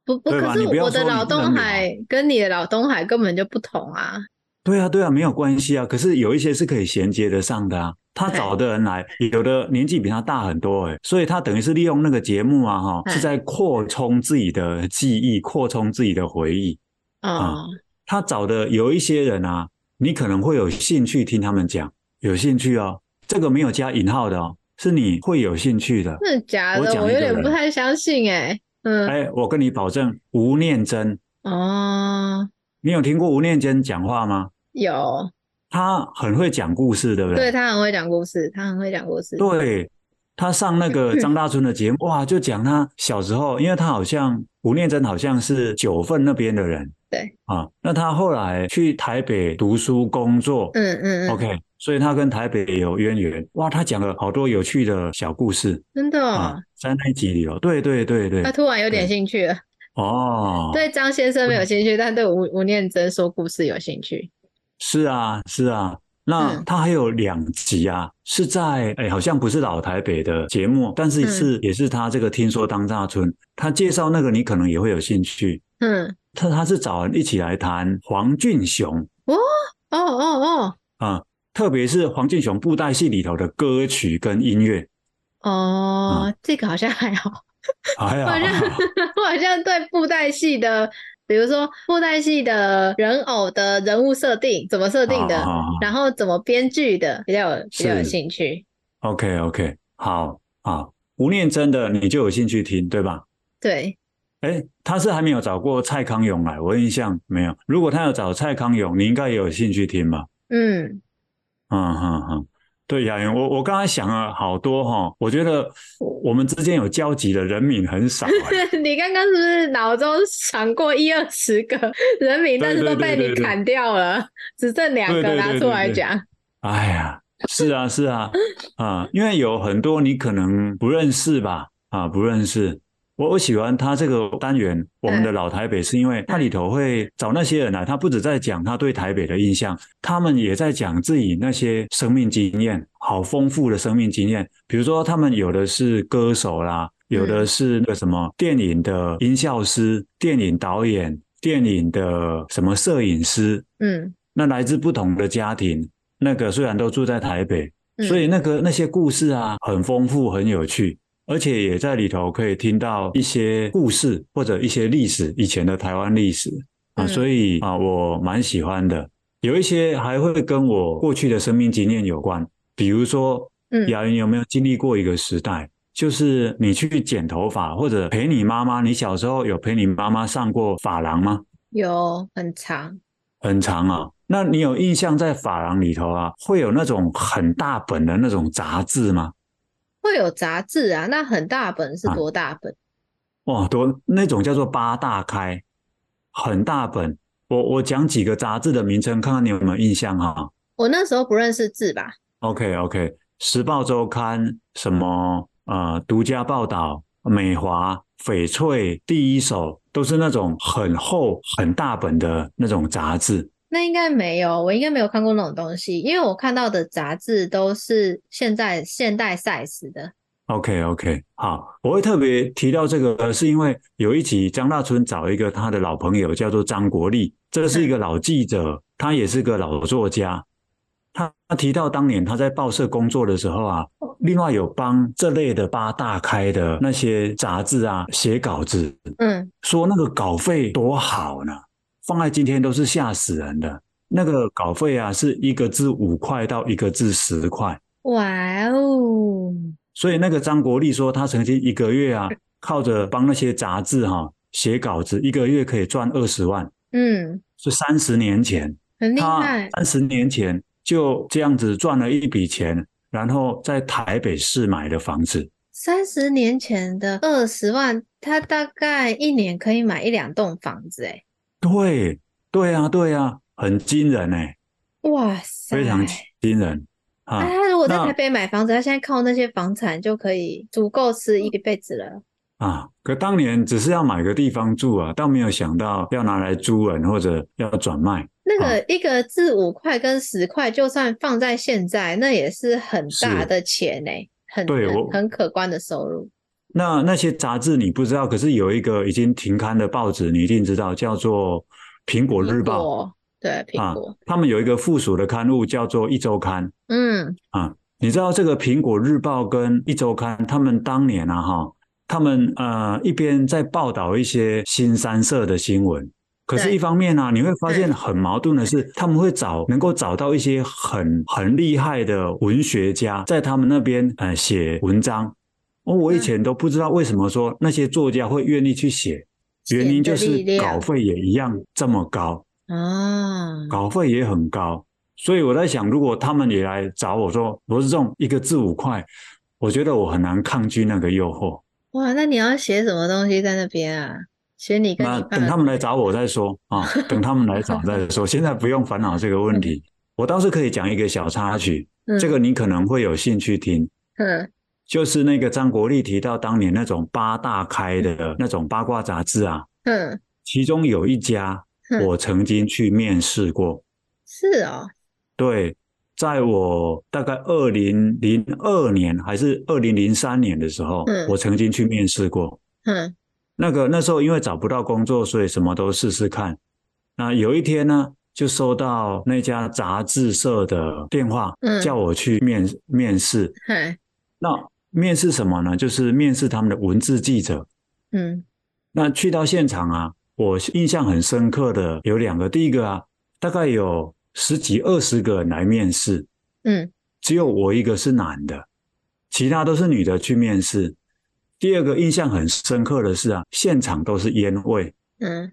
[SPEAKER 1] 不不，
[SPEAKER 2] 对吧
[SPEAKER 1] 可是
[SPEAKER 2] 你不要
[SPEAKER 1] 我的
[SPEAKER 2] 说你
[SPEAKER 1] 老
[SPEAKER 2] 不能
[SPEAKER 1] 东
[SPEAKER 2] 聊
[SPEAKER 1] 海跟你的老东海根本就不同啊。
[SPEAKER 2] 对啊，对啊，没有关系啊。可是有一些是可以衔接得上的啊。他
[SPEAKER 1] 对
[SPEAKER 2] 找的人来，有的年纪比他大很多、欸，所以他等于是利用那个节目啊，哈，
[SPEAKER 1] 嗯
[SPEAKER 2] 是在扩充自己的记忆，扩充自己的回忆。啊
[SPEAKER 1] 哦，
[SPEAKER 2] 他找的有一些人啊，你可能会有兴趣听他们讲，有兴趣哦，这个没有加引号的哦，是你会有兴趣的。
[SPEAKER 1] 真的假
[SPEAKER 2] 我
[SPEAKER 1] 的？
[SPEAKER 2] 讲
[SPEAKER 1] 我
[SPEAKER 2] 一
[SPEAKER 1] 有
[SPEAKER 2] 个
[SPEAKER 1] 点不
[SPEAKER 2] 人
[SPEAKER 1] 太相信哎。嗯，
[SPEAKER 2] 哎，我跟你保证，吴念真，
[SPEAKER 1] 哦，
[SPEAKER 2] 你有听过吴念真讲话吗？
[SPEAKER 1] 有，
[SPEAKER 2] 他很会讲故事，对不
[SPEAKER 1] 对
[SPEAKER 2] 对？
[SPEAKER 1] 他很会讲故事，他很会讲故事。
[SPEAKER 2] 对他上那个张大春的节目，哇，就讲他小时候，因为他好像吴念真好像是九份那边的人，
[SPEAKER 1] 对
[SPEAKER 2] 啊，那他后来去台北读书工作，
[SPEAKER 1] 嗯嗯嗯，
[SPEAKER 2] OK，所以他跟台北有渊源。哇，他讲了好多有趣的小故事、
[SPEAKER 1] 真的哦
[SPEAKER 2] 啊，，在那一集里哦。对对对对
[SPEAKER 1] 他，突然有点
[SPEAKER 2] 对
[SPEAKER 1] 兴趣了。
[SPEAKER 2] 哦，，
[SPEAKER 1] 对张先生没有兴趣，但对吴吴念真说故事有兴趣。
[SPEAKER 2] 是啊是啊。那
[SPEAKER 1] 嗯
[SPEAKER 2] 他还有两集啊，是在哎，好像不是老台北的节目，但是
[SPEAKER 1] 嗯
[SPEAKER 2] 是、也是他这个听说当大村，他介绍那个你可能也会有兴趣。
[SPEAKER 1] 嗯，
[SPEAKER 2] 他他是找人一起来谈黄俊雄
[SPEAKER 1] 哦哦
[SPEAKER 2] 啊，特别是黄俊雄布袋戏里头的歌曲跟音乐，
[SPEAKER 1] 哦哦，
[SPEAKER 2] 啊
[SPEAKER 1] 这个好像还好。
[SPEAKER 2] 还
[SPEAKER 1] 好像 我好像对布袋戏的，比如说布袋戏的人偶的人物设定怎么设定的，
[SPEAKER 2] 好好好
[SPEAKER 1] 然后怎么编剧的比较有比较有
[SPEAKER 2] 啊是
[SPEAKER 1] 兴趣。
[SPEAKER 2] OK OK，好好，吴念真的你就有兴趣听对吧？
[SPEAKER 1] 对，
[SPEAKER 2] 哎，他是还没有找过蔡康永来，我印象没有。如果他有找蔡康永，你应该也有兴趣听吧？
[SPEAKER 1] 嗯，
[SPEAKER 2] 嗯哼哼，对，雅云，我我刚才想了好多哈、我觉得我我们之间有交集的人名很少、哎
[SPEAKER 1] 你刚刚是不是脑中闪过一二十个人名，
[SPEAKER 2] 对
[SPEAKER 1] 但是都被
[SPEAKER 2] 对
[SPEAKER 1] 你
[SPEAKER 2] 对对
[SPEAKER 1] 砍掉了，只剩两
[SPEAKER 2] 对
[SPEAKER 1] 个
[SPEAKER 2] 对
[SPEAKER 1] 拿
[SPEAKER 2] 对
[SPEAKER 1] 出
[SPEAKER 2] 对
[SPEAKER 1] 来
[SPEAKER 2] 对
[SPEAKER 1] 讲。
[SPEAKER 2] 哎呀，是啊是啊啊、因为有很多你可能不认识吧？啊，不认识。我我喜欢他这个单元，我们的老台北，是因为它里头会找那些人来，他不止在讲他对台北的印象，他们也在讲自己那些生命经验，好丰富的生命经验。比如说，他们有的是歌手啦，有的是那个什么电影的音效师、电影导演、电影的什么摄影师，
[SPEAKER 1] 嗯，
[SPEAKER 2] 那来自不同的家庭，那个虽然都住在台北，
[SPEAKER 1] 嗯
[SPEAKER 2] 所以那个那些故事啊，很丰富，很有趣，而且也在里头可以听到一些故事或者一些历史，以前的台湾历史啊，
[SPEAKER 1] 嗯
[SPEAKER 2] 所以啊，我蛮喜欢的。有一些还会跟我过去的生命经验有关，比如说，
[SPEAKER 1] 嗯
[SPEAKER 2] 雅云有没有经历过一个时代？就是你去剪头发，或者陪你妈妈。你小时候有陪你妈妈上过发廊吗？
[SPEAKER 1] 有很长，
[SPEAKER 2] 很长啊。那你有印象在法郎里头啊，会有那种很大本的那种杂志吗？
[SPEAKER 1] 会有杂志啊，那很大本是
[SPEAKER 2] 啊
[SPEAKER 1] 多大本？
[SPEAKER 2] 哇，多那种叫做八大开，很大本。我我讲几个杂志的名称，看看你有没有印象哈、
[SPEAKER 1] 我那时候不认识字吧？
[SPEAKER 2] OK OK，《时报周刊》什么呃，独家报道、美华、翡翠、第一手，都是那种很厚、很大本的那种杂志。
[SPEAKER 1] 那应该没有，我应该没有看过那种东西，因为我看到的杂志都是现在现代 size 的。
[SPEAKER 2] OK OK，好，我会特别提到这个，是因为有一集张大春找一个他的老朋友叫做张国立，这是一个老记者，他也是个老作家。他他提到当年他在报社工作的时候啊，另外有帮这类的八大开的那些杂志啊写稿子，
[SPEAKER 1] 嗯，
[SPEAKER 2] 说那个稿费多好呢，放在今天都是吓死人的。那个稿费啊，是一个字五块到一个字十块。
[SPEAKER 1] 哇哦，
[SPEAKER 2] 所以那个张国立说，他曾经一个月啊，靠着帮那些杂志哈、写稿子，一个月可以赚二十万，
[SPEAKER 1] 嗯，
[SPEAKER 2] 是三十年前。
[SPEAKER 1] 很厉
[SPEAKER 2] 他
[SPEAKER 1] 害。
[SPEAKER 2] 三十年前就这样子赚了一笔钱，然后在台北市买的房子。
[SPEAKER 1] 三十年前的二十万，他大概一年可以买一两栋房子，哎，
[SPEAKER 2] 对对啊，对啊，很惊人哎、
[SPEAKER 1] 哇塞！
[SPEAKER 2] 非常惊人
[SPEAKER 1] 那、
[SPEAKER 2] 啊
[SPEAKER 1] 他如果在
[SPEAKER 2] 那
[SPEAKER 1] 台北买房子，他现在靠那些房产就可以足够吃一辈子了。
[SPEAKER 2] 啊！可当年只是要买个地方住啊，倒没有想到要拿来租人或者要转卖。
[SPEAKER 1] 那
[SPEAKER 2] 啊
[SPEAKER 1] 个一个字五块跟十块，就算放在现在，那也是很大
[SPEAKER 2] 是
[SPEAKER 1] 的钱呢、很
[SPEAKER 2] 对
[SPEAKER 1] 很
[SPEAKER 2] 我
[SPEAKER 1] 很可观的收入。
[SPEAKER 2] 那那些杂志你不知道，可是有一个已经停刊的报纸，你一定知道，叫做《苹果日
[SPEAKER 1] 苹
[SPEAKER 2] 报》
[SPEAKER 1] 果对苹
[SPEAKER 2] 啊
[SPEAKER 1] 果，。
[SPEAKER 2] 他们有一个附属的刊物叫做《一周刊》。
[SPEAKER 1] 嗯，
[SPEAKER 2] 你知道这个《苹果日报》跟《一周刊》，他们当年啊，哈，他们呃一边在报道一些新三社的新闻，可是，
[SPEAKER 1] 对嗯
[SPEAKER 2] 一方面呢、啊你会发现很矛盾的是，他们会找能够找到一些很很厉害的文学家，在他们那边呃写文章。哦，我以
[SPEAKER 1] 嗯
[SPEAKER 2] 前都不知道为什么说那些作家会愿意去写，原因
[SPEAKER 1] 钱的
[SPEAKER 2] 就是
[SPEAKER 1] 力量
[SPEAKER 2] 稿费也一样这么高。
[SPEAKER 1] 啊，
[SPEAKER 2] 稿费也很高，所以我在想，如果他们也来找我说罗志仲一个字五块，我觉得我很难抗拒那个诱惑。
[SPEAKER 1] 哇，那你要写什么东西在那边啊？写你跟
[SPEAKER 2] 那
[SPEAKER 1] 你嗯爸
[SPEAKER 2] 等他们来找我再说啊，等他们来找再说，现在不用烦恼这个问题。我倒是可以讲一个小插曲，
[SPEAKER 1] 嗯
[SPEAKER 2] 这个你可能会有兴趣听，
[SPEAKER 1] 嗯
[SPEAKER 2] 就是那个张国立提到当年那种八大开的那种八卦杂志啊，
[SPEAKER 1] 嗯，
[SPEAKER 2] 其中有一家
[SPEAKER 1] 嗯
[SPEAKER 2] 我曾经去面试过，
[SPEAKER 1] 是哦，
[SPEAKER 2] 对，在我大概二零零二年还是二零零三年的时候，
[SPEAKER 1] 嗯
[SPEAKER 2] 我曾经去面试过。
[SPEAKER 1] 嗯
[SPEAKER 2] 那个那时候因为找不到工作，所以什么都试试看。那有一天呢，就收到那家杂志社的电话，
[SPEAKER 1] 嗯
[SPEAKER 2] 叫我去面面试。
[SPEAKER 1] 嗨
[SPEAKER 2] 那面试什么呢？就是面试他们的文字记者。
[SPEAKER 1] 嗯
[SPEAKER 2] 那去到现场啊，我印象很深刻的有两个，第一个啊，大概有十几二十个人来面试，
[SPEAKER 1] 嗯
[SPEAKER 2] 只有我一个是男的，其他都是女的去面试。第二个印象很深刻的是啊，现场都是烟味，
[SPEAKER 1] 嗯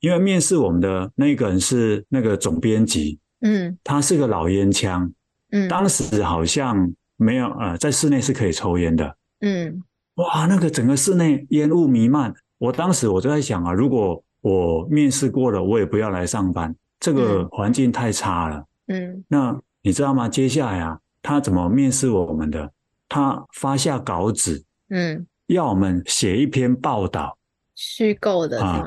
[SPEAKER 2] 因为面试我们的那个人是那个总编辑，
[SPEAKER 1] 嗯
[SPEAKER 2] 他是个老烟枪，
[SPEAKER 1] 嗯
[SPEAKER 2] 当时好像没有呃，在室内是可以抽烟的。
[SPEAKER 1] 嗯
[SPEAKER 2] 哇，那个整个室内烟雾弥漫，我当时我就在想啊，如果我面试过了，我也不要来上班，这个
[SPEAKER 1] 嗯
[SPEAKER 2] 环境太差了。
[SPEAKER 1] 嗯
[SPEAKER 2] 那你知道吗？接下来啊，他怎么面试我们的？他发下稿纸，
[SPEAKER 1] 嗯，
[SPEAKER 2] 要我们写一篇报道，
[SPEAKER 1] 虚构的是
[SPEAKER 2] 啊
[SPEAKER 1] 吗？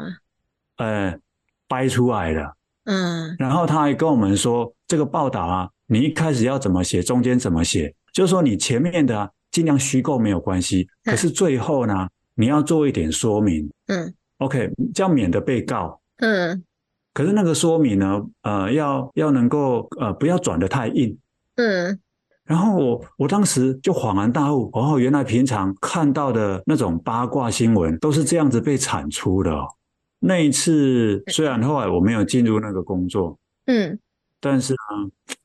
[SPEAKER 2] 呃，掰出来了。
[SPEAKER 1] 嗯
[SPEAKER 2] 然后他还跟我们说，这个报道啊，你一开始要怎么写，中间怎么写，就是说你前面的啊，尽量虚构没有关系，
[SPEAKER 1] 嗯
[SPEAKER 2] 可是最后呢，你要做一点说明
[SPEAKER 1] 嗯
[SPEAKER 2] ，OK，这样免得被告。
[SPEAKER 1] 嗯
[SPEAKER 2] 可是那个说明呢，呃，要要能够呃，不要转得太硬，
[SPEAKER 1] 嗯
[SPEAKER 2] 然后我我当时就恍然大悟，哦，原来平常看到的那种八卦新闻都是这样子被产出的、哦。那一次虽然后来我没有进入那个工作，
[SPEAKER 1] 嗯
[SPEAKER 2] 但是呢，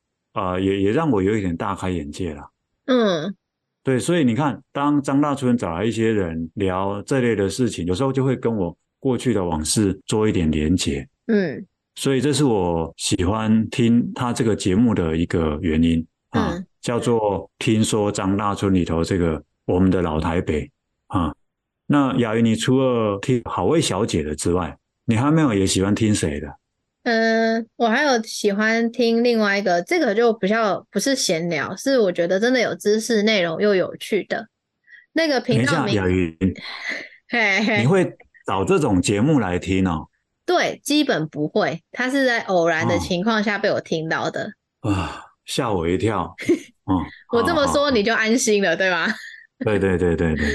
[SPEAKER 2] 啊、也也让我有一点大开眼界了。
[SPEAKER 1] 嗯
[SPEAKER 2] 对，所以你看，当张大春找来一些人聊这类的事情，有时候就会跟我过去的往事做一点连结。
[SPEAKER 1] 嗯
[SPEAKER 2] 所以这是我喜欢听他这个节目的一个原因啊，
[SPEAKER 1] 嗯
[SPEAKER 2] 叫做“听说张大春”里头这个我们的老台北啊。那雅云，你除了听好味小姐的之外，你还没有也喜欢听谁的？
[SPEAKER 1] 嗯，我还有喜欢听另外一个，这个就比较不是闲聊，是我觉得真的有知识内容又有趣的那个
[SPEAKER 2] 等
[SPEAKER 1] 频
[SPEAKER 2] 一
[SPEAKER 1] 道
[SPEAKER 2] 下，
[SPEAKER 1] 名
[SPEAKER 2] 雅，云，
[SPEAKER 1] 嘿
[SPEAKER 2] 你
[SPEAKER 1] 嘿，
[SPEAKER 2] 会找这种节目来听哦？
[SPEAKER 1] 对，基本不会，它是在偶然的
[SPEAKER 2] 哦
[SPEAKER 1] 情况下被我听到的。，
[SPEAKER 2] 啊，吓我一跳！哦
[SPEAKER 1] 我这么
[SPEAKER 2] 好
[SPEAKER 1] 说
[SPEAKER 2] 好
[SPEAKER 1] 你就安心了，对吧？
[SPEAKER 2] 对对对对 对，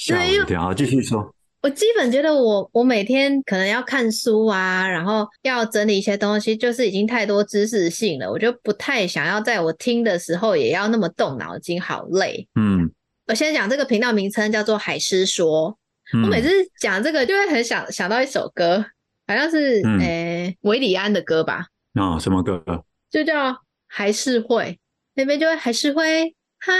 [SPEAKER 2] 吓我
[SPEAKER 1] 因为
[SPEAKER 2] 一跳。好，继续说。
[SPEAKER 1] 我基本觉得我我每天可能要看书啊，然后要整理一些东西，就是已经太多知识性了，我就不太想要在我听的时候也要那么动脑筋，好累。
[SPEAKER 2] 嗯，
[SPEAKER 1] 我先讲这个频道名称叫做“海狮说”，我每
[SPEAKER 2] 嗯
[SPEAKER 1] 次讲这个就会很想想到一首歌，好像是
[SPEAKER 2] 嗯
[SPEAKER 1] 诶韦礼安的歌吧，
[SPEAKER 2] 哦，什么歌？
[SPEAKER 1] 就叫《还是会》，那边就会还是会害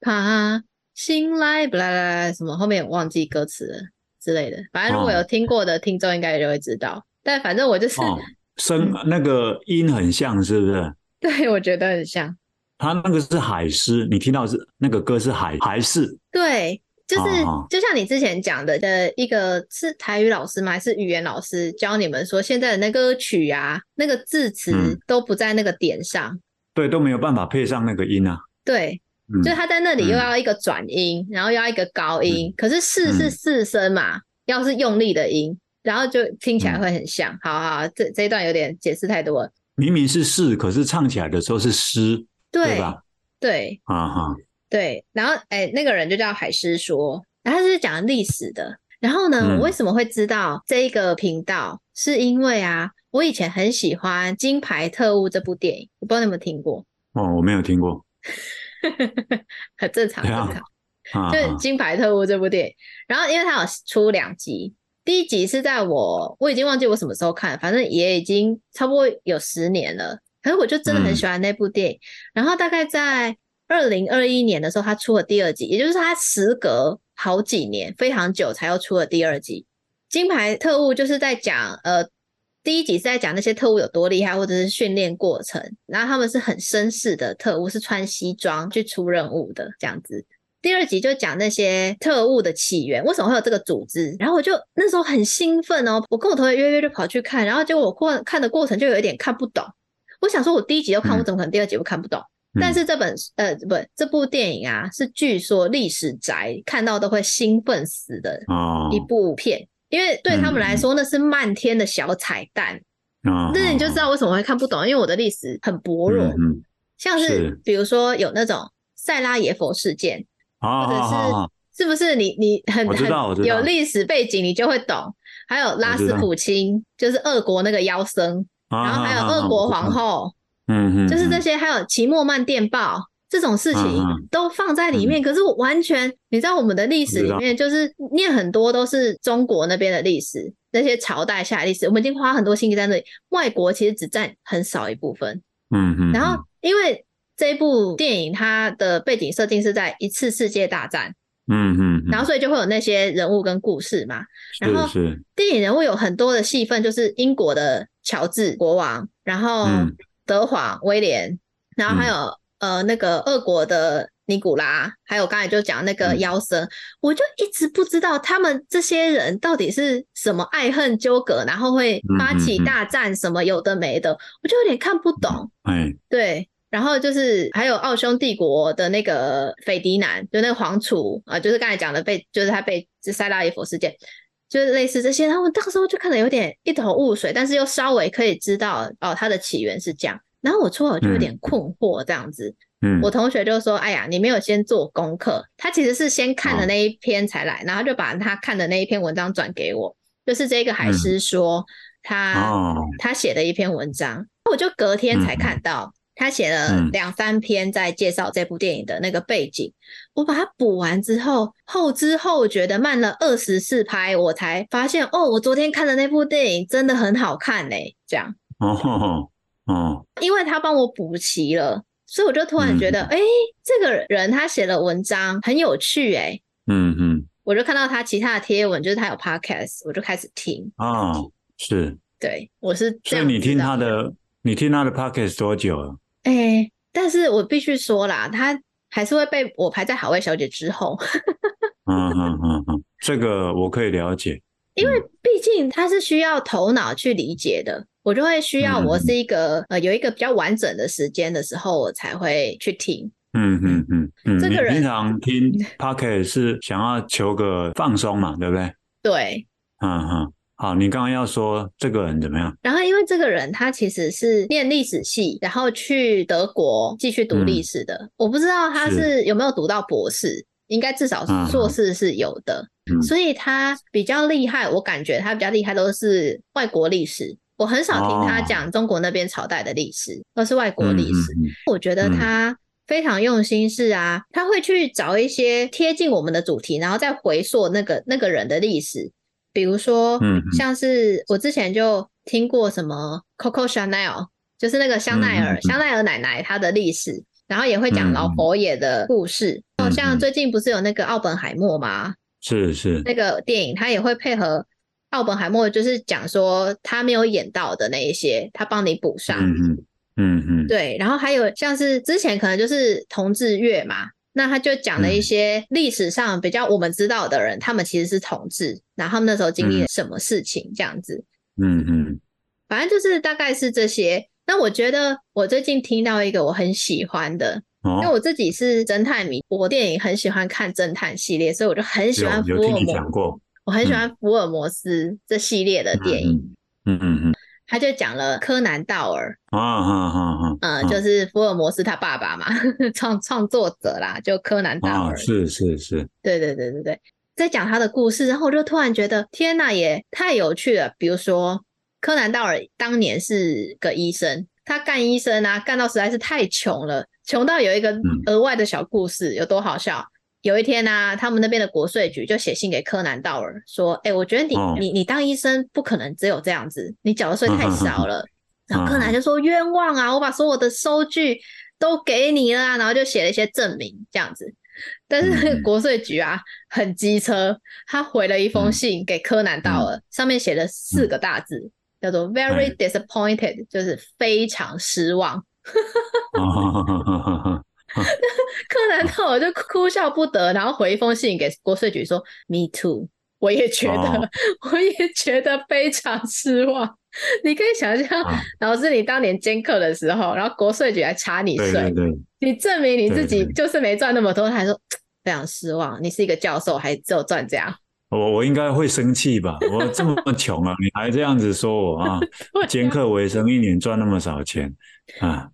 [SPEAKER 1] 怕醒来，不啦啦啦什么，后面我忘记歌词了之类的。反正如果
[SPEAKER 2] 哦
[SPEAKER 1] 有听过的听众应该就会知道。但反正我就是、
[SPEAKER 2] 哦，声那个音很像，是不是？
[SPEAKER 1] 对我觉得很像，
[SPEAKER 2] 他那个是海狮，你听到是那个歌是海海狮，
[SPEAKER 1] 对，就是
[SPEAKER 2] 哦
[SPEAKER 1] 就像你之前讲的的一个是台语老师吗？还是语言老师教你们说现在的那歌曲啊，那个字词
[SPEAKER 2] 嗯
[SPEAKER 1] 都不在那个点上，
[SPEAKER 2] 对，都没有办法配上那个音啊。
[SPEAKER 1] 对，
[SPEAKER 2] 嗯
[SPEAKER 1] 就是他在那里又
[SPEAKER 2] 嗯
[SPEAKER 1] 要一个转音，然后又要一个高音，可是四是
[SPEAKER 2] 嗯
[SPEAKER 1] 四声嘛，要是用力的音，然后就听起来
[SPEAKER 2] 嗯
[SPEAKER 1] 会很像。好好，这这一段有点解释太多了，
[SPEAKER 2] 明明是是，可是唱起来的时候是诗，对
[SPEAKER 1] 对
[SPEAKER 2] 吧？
[SPEAKER 1] 对，
[SPEAKER 2] 啊哈，
[SPEAKER 1] 对，然后哎、那个人就叫海狮说，然后他是讲历史的。然后呢，
[SPEAKER 2] 嗯
[SPEAKER 1] 我为什么会知道这一个频道？是因为啊，我以前很喜欢《金牌特务》这部电影，我不知道你有没有听过，
[SPEAKER 2] 哦，我没有听过
[SPEAKER 1] 很正常，
[SPEAKER 2] 对
[SPEAKER 1] 正常。
[SPEAKER 2] 啊啊
[SPEAKER 1] 就
[SPEAKER 2] 哈
[SPEAKER 1] 是《金牌特务》这部电影。然后因为它有出两集，第一集是在我我已经忘记我什么时候看，反正也已经差不多有十年了。可是我就真的很喜欢那部电影。然后大概在二零二一年的时候，它出了第二集，也就是它时隔好几年，非常久才又出了第二集。《金牌特务》就是在讲呃。第一集是在讲那些特务有多厉害，或者是训练过程，然后他们是很绅士的特务，是穿西装去出任务的这样子。第二集就讲那些特务的起源，为什么会有这个组织？然后我就那时候很兴奋哦，我跟我同学约约就跑去看，然后结果我过看的过程就有一点看不懂。我想说，我第一集就看，
[SPEAKER 2] 嗯
[SPEAKER 1] 我怎么可能第二集会看不懂？但是这本呃不这部电影啊，是据说历史宅看到都会兴奋死的
[SPEAKER 2] 嗯哦嗯
[SPEAKER 1] 一部片，因为对他们来说那是漫天的小彩蛋。
[SPEAKER 2] 啊，
[SPEAKER 1] 那你就知道为什么会看不懂，因为我的历史很薄
[SPEAKER 2] 我
[SPEAKER 1] 弱，
[SPEAKER 2] 嗯，
[SPEAKER 1] 像是
[SPEAKER 2] 是
[SPEAKER 1] 比如说有那种塞拉耶佛事件。
[SPEAKER 2] 好
[SPEAKER 1] 或者
[SPEAKER 2] 好
[SPEAKER 1] 是
[SPEAKER 2] 好好，
[SPEAKER 1] 是不是你你很
[SPEAKER 2] 我知道我知
[SPEAKER 1] 很
[SPEAKER 2] 道
[SPEAKER 1] 有历史背景，你就会懂。还有拉斯普钦，就是俄国那个妖僧，然
[SPEAKER 2] 然
[SPEAKER 1] 后还有俄国皇，后，
[SPEAKER 2] 啊嗯嗯，
[SPEAKER 1] 就是这
[SPEAKER 2] 些，
[SPEAKER 1] 些，还有奇诺曼电报这种事情
[SPEAKER 2] 嗯嗯
[SPEAKER 1] 都放在里面。可是我完全，你知道我们的历史里
[SPEAKER 2] 我
[SPEAKER 1] 面，就是念很多都是中国那边的历史，那些朝代下的历史，我们已经花很多心力在那里。外国其实只占很少一部分。
[SPEAKER 2] 嗯嗯，
[SPEAKER 1] 然后因为这部电影它的背景设定是在一次世界大战。
[SPEAKER 2] 嗯，嗯嗯，
[SPEAKER 1] 然后所以就会有那些人物跟故事嘛。然后
[SPEAKER 2] 是是，
[SPEAKER 1] 电影人物有很多的戏份，就是英国的乔治国王，然后
[SPEAKER 2] 嗯
[SPEAKER 1] 德皇威廉，然后还有、呃那个俄国的尼古拉，还有刚才就讲那个
[SPEAKER 2] 嗯
[SPEAKER 1] 妖僧，我就一直不知道他们这些人到底是什么爱恨纠葛，然后会发起
[SPEAKER 2] 嗯嗯嗯
[SPEAKER 1] 大战什么有的没的，我就有点看不懂。
[SPEAKER 2] 哎，
[SPEAKER 1] 对，然后就是还有奥匈帝国的那个斐迪南，就那个皇储啊、呃就是刚才讲的被，就是他被这塞拉耶佛事件，就是类似这些。然后我到时候就看得有点一头雾水，但是又稍微可以知道哦，它的起源是这样。然后我初耳就有点困惑这样子，
[SPEAKER 2] 嗯，
[SPEAKER 1] 我同学就说：“哎呀，你没有先做功课。”他其实是先看了
[SPEAKER 2] 哦
[SPEAKER 1] 那一篇才来，然后就把他看的那一篇文章转给我，就是这个海
[SPEAKER 2] 嗯
[SPEAKER 1] 狮说、他
[SPEAKER 2] 哦，
[SPEAKER 1] 他写的一篇文章，我就隔天才看到他写了
[SPEAKER 2] 嗯
[SPEAKER 1] 两三篇在介绍这部电影的那个背景。我把它补完之后，后知后觉的慢了二十四拍，我才发现哦，我昨天看的那部电影真的很好看嘞、这样，
[SPEAKER 2] 哦，哦，
[SPEAKER 1] 因为他帮我补齐了，所以我就突然觉得，
[SPEAKER 2] 嗯
[SPEAKER 1] 哎、这个人他写的文章很有趣哎、
[SPEAKER 2] 嗯嗯，
[SPEAKER 1] 我就看到他其他的贴文，就是他有 podcast，我就开始听。
[SPEAKER 2] 哦，是，
[SPEAKER 1] 对，我是这
[SPEAKER 2] 所以
[SPEAKER 1] 样
[SPEAKER 2] 你
[SPEAKER 1] 知
[SPEAKER 2] 听
[SPEAKER 1] 道
[SPEAKER 2] 他的，你听他的 podcast 多久了？
[SPEAKER 1] 哎、但是我必须说啦，他还是会被我排在好味小姐之后，
[SPEAKER 2] 嗯嗯嗯嗯，这个我可以了解，
[SPEAKER 1] 因为毕竟他是需要头脑去理解的。我就会需要我
[SPEAKER 2] 嗯
[SPEAKER 1] 是一个、呃有一个比较完整的时间的时候，我才会去听。
[SPEAKER 2] 嗯嗯嗯嗯，
[SPEAKER 1] 这
[SPEAKER 2] 你
[SPEAKER 1] 个人
[SPEAKER 2] 平 常听 podcast 是想要求个放松嘛，对不对？
[SPEAKER 1] 对，
[SPEAKER 2] 嗯嗯，好，你刚刚要说这个人怎么样？
[SPEAKER 1] 然后因为这个人他其实是念历史系，然后去德国继续读历史的。我不知道他
[SPEAKER 2] 嗯是
[SPEAKER 1] 是有没有读到博士，应该至少
[SPEAKER 2] 嗯
[SPEAKER 1] 硕士是有的。
[SPEAKER 2] 嗯
[SPEAKER 1] 所以他比较厉害，我感觉他比较厉害都是外国历史。我很少听他
[SPEAKER 2] 哦
[SPEAKER 1] 讲中国那边朝代的历史，都是外国
[SPEAKER 2] 嗯
[SPEAKER 1] 历史。
[SPEAKER 2] 嗯嗯
[SPEAKER 1] 我觉得
[SPEAKER 2] 嗯
[SPEAKER 1] 他非常用心，是啊，他会去找一些贴近我们的主题，然后再回溯那个那个人的历史。比如说，
[SPEAKER 2] 嗯嗯
[SPEAKER 1] 像是我之前就听过什么 Coco Chanel，就是那个香奈
[SPEAKER 2] 嗯嗯
[SPEAKER 1] 儿、
[SPEAKER 2] 嗯
[SPEAKER 1] 香奈儿奶奶她的历史，然后也会讲
[SPEAKER 2] 嗯
[SPEAKER 1] 老
[SPEAKER 2] 嗯
[SPEAKER 1] 佛爷的故事。哦，
[SPEAKER 2] 嗯
[SPEAKER 1] 像
[SPEAKER 2] 嗯
[SPEAKER 1] 最近不是有那个奥本海默吗？
[SPEAKER 2] 是是，
[SPEAKER 1] 那个电影，他也会配合奥本海默，就是讲说他没有演到的那一些，他帮你补上。
[SPEAKER 2] 嗯嗯嗯嗯，
[SPEAKER 1] 对，然后还有像是之前可能就是同志月嘛，那他就讲
[SPEAKER 2] 嗯
[SPEAKER 1] 了一些历史上比较我们知道的人，他们其实是同志，然后他们那时候经历了什么事情这样子。
[SPEAKER 2] 嗯嗯
[SPEAKER 1] 反正就是大概是这些。那我觉得我最近听到一个我很喜欢的，因为
[SPEAKER 2] 哦，
[SPEAKER 1] 我自己是侦探迷，我电影很喜欢看侦探系列，所以我就很喜欢福
[SPEAKER 2] 有有
[SPEAKER 1] 尔
[SPEAKER 2] 听你
[SPEAKER 1] 摩，
[SPEAKER 2] 讲过
[SPEAKER 1] 我很喜欢福尔摩斯这系列的电影。，
[SPEAKER 2] 嗯嗯嗯
[SPEAKER 1] 他就讲了柯南道尔，
[SPEAKER 2] 嗯啊哈哈哈，
[SPEAKER 1] 呃，
[SPEAKER 2] 嗯
[SPEAKER 1] 就是福尔摩斯他爸爸嘛， 创创作者啦，就柯南道
[SPEAKER 2] 啊
[SPEAKER 1] 尔。
[SPEAKER 2] 是是是，
[SPEAKER 1] 对对对对对，在讲他的故事，然后我就突然觉得，天呐，也太有趣了。比如说，柯南道尔当年是个医生，他干医生啊，干到实在是太穷了，穷到有一个额外的小故事，有多好笑？有一天呢、啊他们那边的国税局就写信给柯南道尔说：“哎、我觉得你、
[SPEAKER 2] 哦
[SPEAKER 1] 你你当医生不可能只有这样子，你缴的税太少了。然后柯南就说：“冤枉啊！我把所有的收据都给你了啊、然后就写了一些证明这样子。但是
[SPEAKER 2] 嗯
[SPEAKER 1] 国税局啊很机车，他回了一封
[SPEAKER 2] 嗯
[SPEAKER 1] 信给柯南道尔，上面写了四个大字，叫
[SPEAKER 2] 哎
[SPEAKER 1] 做 “very disappointed”，就是非常失望。
[SPEAKER 2] 啊哈哈哈哈哈，
[SPEAKER 1] 柯南
[SPEAKER 2] 哦
[SPEAKER 1] 道尔就哭笑不得，然后回一封信给国税局说：“Me too，我也觉得，
[SPEAKER 2] 哦
[SPEAKER 1] 我也觉得非常失望。”你可以想象，
[SPEAKER 2] 啊
[SPEAKER 1] 老师你当年兼课的时候，然后国税局来查你
[SPEAKER 2] 对
[SPEAKER 1] 税，
[SPEAKER 2] 对对，
[SPEAKER 1] 你证明你自己
[SPEAKER 2] 对对
[SPEAKER 1] 就是没赚那么多，他还说非常失望，你是一个教授还只有赚这样，
[SPEAKER 2] 我我应该会生气吧？我这么 穷啊，你还这样子说我啊？兼课为生，一年赚那么少钱啊？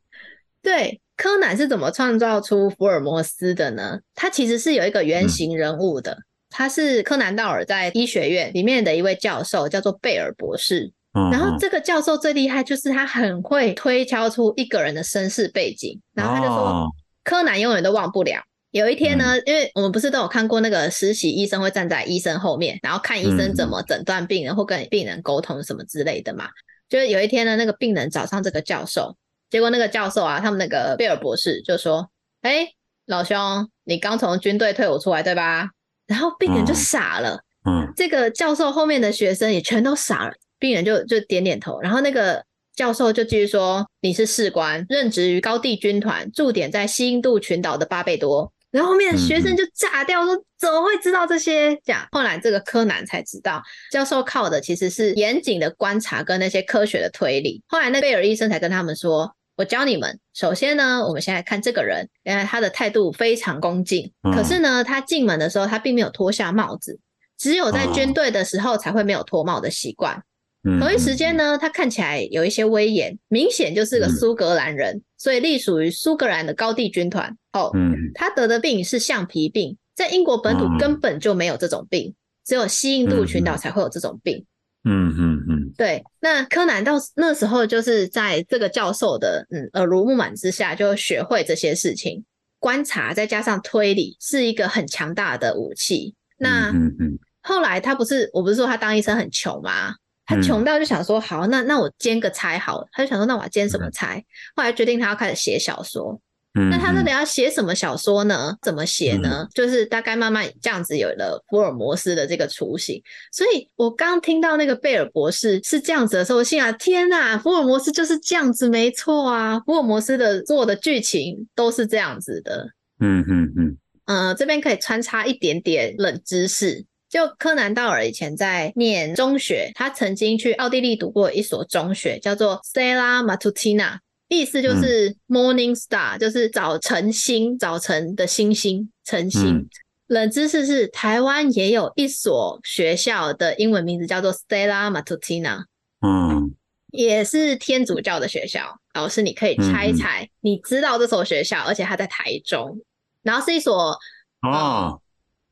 [SPEAKER 1] 对，柯南是怎么创造出福尔摩斯的呢？他其实是有一个
[SPEAKER 2] 嗯
[SPEAKER 1] 原型人物的，他是柯南道尔在医学院里面的一位教授，叫做贝尔博士。
[SPEAKER 2] 嗯
[SPEAKER 1] 然后
[SPEAKER 2] 嗯
[SPEAKER 1] 这个教授最厉害就是他很会推敲出一个人的身世背景，然后他就说、
[SPEAKER 2] 哦
[SPEAKER 1] 柯南永远都忘不了。有一天呢，因为我们不是都有看过那个实习医生会站在医生后面，然后看医生怎么诊断病人或跟病人沟通什么之类的嘛。就是有一天呢，那个病人找上这个教授，结果那个教授啊，他们那个贝尔博士就说：“哎，老兄，你刚从军队退伍出来对吧？”然后病人就
[SPEAKER 2] 嗯
[SPEAKER 1] 傻了，
[SPEAKER 2] 嗯
[SPEAKER 1] 这个教授后面的学生也全都傻了，病人就就点点头，然后那个教授就继续说：“你是士官，任职于高地军团，驻点在西印度群岛的巴贝多。”然后后面的学生就炸掉说：“怎么会知道这些？”这样，后来这个柯南才知道，教授靠的其实是严谨的观察跟那些科学的推理。后来那贝尔医生才跟他们说：“我教你们，首先呢，我们先来看这个人，原来他的态度非常恭敬，
[SPEAKER 2] 嗯
[SPEAKER 1] 可是呢，他进门的时候他并没有脱下帽子，只有在军
[SPEAKER 2] 哦
[SPEAKER 1] 队的时候才会没有脱帽的习惯。
[SPEAKER 2] 嗯，
[SPEAKER 1] 同一时间呢，他看起来有一些威严，明显就是个
[SPEAKER 2] 嗯
[SPEAKER 1] 苏格兰人，所以隶属于苏格兰的高地军团。哦，
[SPEAKER 2] 嗯，
[SPEAKER 1] 他得的病是橡皮病，在英国本土
[SPEAKER 2] 哦
[SPEAKER 1] 根本就没有这种病，只有西印度群岛才会有这种病。
[SPEAKER 2] 嗯嗯嗯嗯，
[SPEAKER 1] 对，那柯南到那时候就是在这个教授的嗯耳濡目染之下，就学会这些事情，观察再加上推理，是一个很强大的武器。那
[SPEAKER 2] 嗯嗯
[SPEAKER 1] 后来他不是，我不是说他当医生很穷吗？他
[SPEAKER 2] 嗯
[SPEAKER 1] 穷到就想说，好，那那我兼个差好了。他就想说，那我要兼什么差？后来决定他要开始写小说。
[SPEAKER 2] 嗯，
[SPEAKER 1] 那他到底要写什么小说呢？怎么写呢？就是大概慢慢这样子有了福尔摩斯的这个雏形。所以我刚听到那个贝尔博士是这样子的时候，我心想：天呐，福尔摩斯就是这样子，没错啊！福尔摩斯的做的剧情都是这样子的。
[SPEAKER 2] 嗯嗯嗯
[SPEAKER 1] 呃，这边可以穿插一点点冷知识。就柯南道尔以前在念中学，他曾经去奥地利读过一所中学，叫做 Stella Matutina，意思
[SPEAKER 2] 嗯
[SPEAKER 1] 就是 Morning Star，、就是早晨星、早晨的星星、晨星。
[SPEAKER 2] 嗯
[SPEAKER 1] 冷知识是，台湾也有一所学校的英文名字叫做 Stella Matutina，
[SPEAKER 2] 嗯
[SPEAKER 1] 也是天主教的学校。老师，你可以猜一
[SPEAKER 2] 嗯嗯
[SPEAKER 1] 猜，你知道这所学校，而且它在台中，然后是一所
[SPEAKER 2] 嗯哦，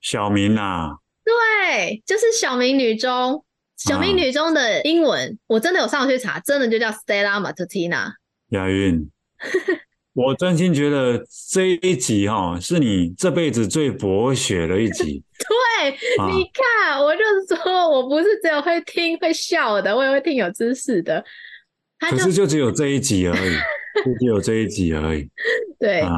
[SPEAKER 2] 小明啊，
[SPEAKER 1] 对，就是小明女中。小明
[SPEAKER 2] 啊
[SPEAKER 1] 女中的英文，我真的有上去查，真的就叫 Stella Matutina。
[SPEAKER 2] 啊亚运，我真心觉得这一集哈、是你这辈子最博学的一集
[SPEAKER 1] 对，
[SPEAKER 2] 啊，
[SPEAKER 1] 你看，我就说我不是只有会听会笑的，我也会听有知识的。他
[SPEAKER 2] 可
[SPEAKER 1] 就是
[SPEAKER 2] 就只有这一集而已，就只有这一集而已
[SPEAKER 1] 对，
[SPEAKER 2] 啊，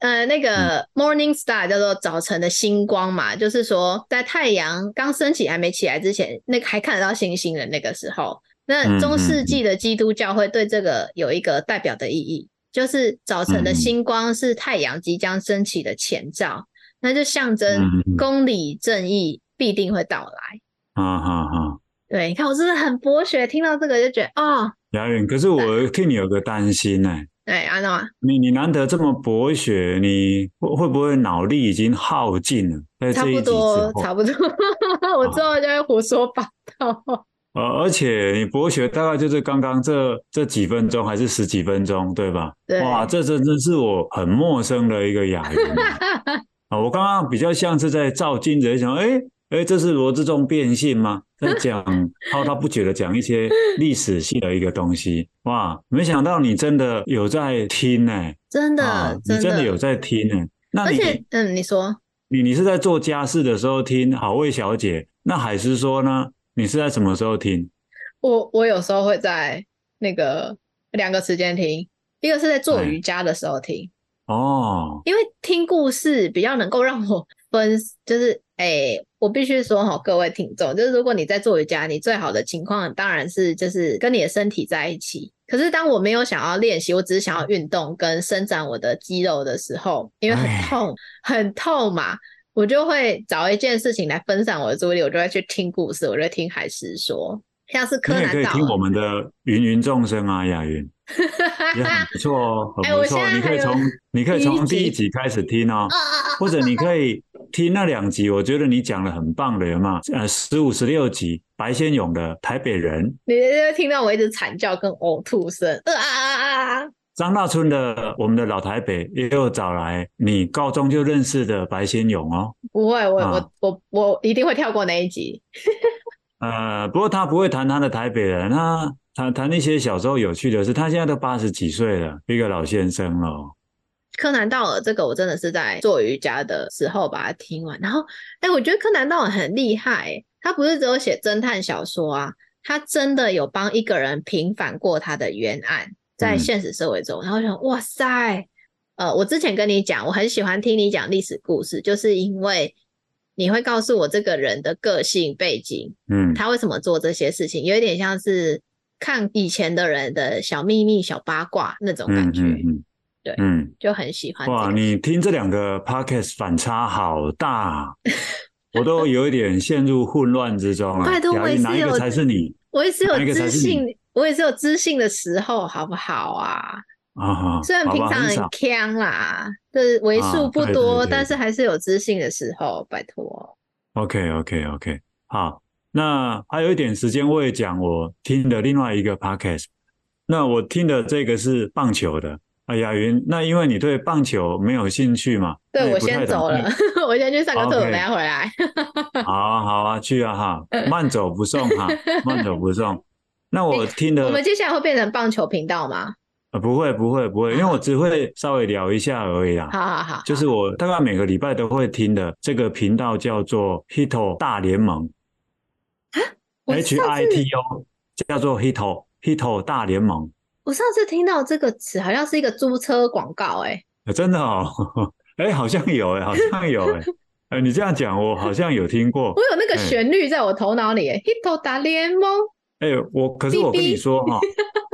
[SPEAKER 1] 呃，那
[SPEAKER 2] 嗯
[SPEAKER 1] 个 Morning Star 叫做早晨的星光嘛，就是说在太阳刚升起还没起来之前，那个还看得到星星的那个时候，那
[SPEAKER 2] 嗯
[SPEAKER 1] 中
[SPEAKER 2] 嗯
[SPEAKER 1] 世
[SPEAKER 2] 嗯
[SPEAKER 1] 纪的基督教会对这个有一个代表的意义，就是早晨的
[SPEAKER 2] 嗯
[SPEAKER 1] 星光是太阳即将升起的前兆，那就象征
[SPEAKER 2] 嗯
[SPEAKER 1] 公理正义必定会到来。
[SPEAKER 2] 啊哈哈，
[SPEAKER 1] 对，你看我真的很博学，听到这个就觉得哦，哎
[SPEAKER 2] 雅远，可是我替你有个担心呢、
[SPEAKER 1] 对，安娜，
[SPEAKER 2] 你你难得这么博学，你会会不会脑力已经耗尽了？在
[SPEAKER 1] 差
[SPEAKER 2] 这一
[SPEAKER 1] 不
[SPEAKER 2] 集之
[SPEAKER 1] 多
[SPEAKER 2] 后，，
[SPEAKER 1] 差不多， 我之后就会胡说八道。
[SPEAKER 2] 呃，而且你博学大概就是刚刚这这几分钟还是十几分钟，对吧？
[SPEAKER 1] 对
[SPEAKER 2] 哇，这真真是我很陌生的一个雅 云啊啊！我刚刚比较像是在照镜子，想，哎哎，这是罗志忠变性吗？在讲滔滔不绝的讲一些历史系的一个东西，哇！没想到你真的有在听呢、
[SPEAKER 1] 真的，
[SPEAKER 2] 啊，你
[SPEAKER 1] 真
[SPEAKER 2] 真的有在听呢、那
[SPEAKER 1] 而
[SPEAKER 2] 你
[SPEAKER 1] 且，嗯，你说，
[SPEAKER 2] 你你是在做家事的时候听好味小姐，那海狮说呢？你是在什么时候听？
[SPEAKER 1] 我我有时候会在那个两个时间听，一个是在做
[SPEAKER 2] 哎
[SPEAKER 1] 瑜伽的时候听，
[SPEAKER 2] 哦，
[SPEAKER 1] 因为听故事比较能够让我分，就是 诶、我必须说哈，各位听众，就是如果你在做瑜伽，你最好的情况当然是就是跟你的身体在一起。可是当我没有想要练习，我只是想要运动跟伸展我的肌肉的时候，因为很
[SPEAKER 2] 哎
[SPEAKER 1] 痛， 很痛嘛，我就会找一件事情来分散我的注意力，我就会去听故事，我就会听海狮说，像是柯
[SPEAKER 2] 你也可
[SPEAKER 1] 南
[SPEAKER 2] 以
[SPEAKER 1] 道
[SPEAKER 2] 听我
[SPEAKER 1] 尔，
[SPEAKER 2] 们的芸芸众生啊，雅云也很不错哦，很
[SPEAKER 1] 哎
[SPEAKER 2] 不
[SPEAKER 1] 我
[SPEAKER 2] 错。
[SPEAKER 1] 现在
[SPEAKER 2] 你可以
[SPEAKER 1] 还有
[SPEAKER 2] 从你可以从
[SPEAKER 1] 第
[SPEAKER 2] 第
[SPEAKER 1] 一集
[SPEAKER 2] 一集开始听哦，
[SPEAKER 1] 啊啊啊！
[SPEAKER 2] 或者你可以听那两集，我觉得你讲的很棒的，有没有？呃，十五、十六集白先勇的《台北人》，
[SPEAKER 1] 你就会听到我一直惨叫跟呕吐声，呃啊啊啊啊！
[SPEAKER 2] 张大春的我们的老台北也有找来你高中就认识的白先勇哦。
[SPEAKER 1] 不会，我、
[SPEAKER 2] 啊
[SPEAKER 1] 我我我一定会跳过那一集。
[SPEAKER 2] 呃，不过他不会谈他的台北人，他谈谈一些小时候有趣的事。他现在都八十几岁了，一个老先生了哦。
[SPEAKER 1] 柯南道尔这个，我真的是在做瑜伽的时候把它听完。然后，哎、我觉得柯南道尔很厉害、欸他不是只有写侦探小说啊，他真的有帮一个人平反过他的冤案，在
[SPEAKER 2] 嗯
[SPEAKER 1] 现实社会中。然后我想，哇塞，呃，我之前跟你讲，我很喜欢听你讲历史故事，就是因为你会告诉我这个人的个性背景，
[SPEAKER 2] 嗯，
[SPEAKER 1] 他为什么做这些事情，有一点像是看以前的人的小秘密、小八卦那种感觉，
[SPEAKER 2] 嗯嗯嗯，
[SPEAKER 1] 对
[SPEAKER 2] 嗯，
[SPEAKER 1] 就很喜欢、这
[SPEAKER 2] 哇，
[SPEAKER 1] 个
[SPEAKER 2] 你听这两个 podcast 反差好大，我都有一点陷入混乱之 中了。
[SPEAKER 1] 拜托
[SPEAKER 2] 雅
[SPEAKER 1] 我也
[SPEAKER 2] 韵哪
[SPEAKER 1] 是
[SPEAKER 2] 一个
[SPEAKER 1] 有
[SPEAKER 2] 才是你
[SPEAKER 1] 我也是有
[SPEAKER 2] 哪一个才
[SPEAKER 1] 知
[SPEAKER 2] 是你
[SPEAKER 1] 性，我也是有知性的时候，好不好啊？
[SPEAKER 2] 啊？哈
[SPEAKER 1] 虽然
[SPEAKER 2] 好
[SPEAKER 1] 平
[SPEAKER 2] 吧
[SPEAKER 1] 常
[SPEAKER 2] 很
[SPEAKER 1] 很
[SPEAKER 2] 少，
[SPEAKER 1] 呛啦，这为数
[SPEAKER 2] 啊
[SPEAKER 1] 不
[SPEAKER 2] 对对
[SPEAKER 1] 多，
[SPEAKER 2] 对
[SPEAKER 1] 但是还是有知性的时候，拜托。
[SPEAKER 2] OK OK OK，好，那还有一点时间，我也讲我听的另外一个 podcast。那我听的这个是棒球的啊，雅云，那因为你对棒球没有兴趣嘛，那
[SPEAKER 1] 对
[SPEAKER 2] 也
[SPEAKER 1] 我
[SPEAKER 2] 哎不太
[SPEAKER 1] 先
[SPEAKER 2] 懂嗯哦哎
[SPEAKER 1] 走了， 我先去上个厕所，
[SPEAKER 2] OK
[SPEAKER 1] 等一下回来。
[SPEAKER 2] 好啊好啊，去 啊哈，慢走不送哈，慢走不送。那我听
[SPEAKER 1] 哎我
[SPEAKER 2] 的
[SPEAKER 1] 们接下来会变成棒球频道吗？
[SPEAKER 2] 呃不会不会不会，因为我只会稍微聊一下而已啦。
[SPEAKER 1] 好好好，
[SPEAKER 2] 就是我大概每个礼拜都会听的这个频道叫做 Hito 大联盟
[SPEAKER 1] 我
[SPEAKER 2] ，H
[SPEAKER 1] 上
[SPEAKER 2] I
[SPEAKER 1] 次
[SPEAKER 2] T O，叫做 Hito Hito 大联盟。
[SPEAKER 1] 我上次听到这个词，好像是一个租车广告、欸，哎。
[SPEAKER 2] 呃真的哦， 哎，好像有哎，好像有哎，呃，你这样讲，我好像有听过
[SPEAKER 1] 我。有那个
[SPEAKER 2] 哎
[SPEAKER 1] 旋律在我头脑里耶，Hito 打联盟，
[SPEAKER 2] 哎，我可是我跟你说 哈、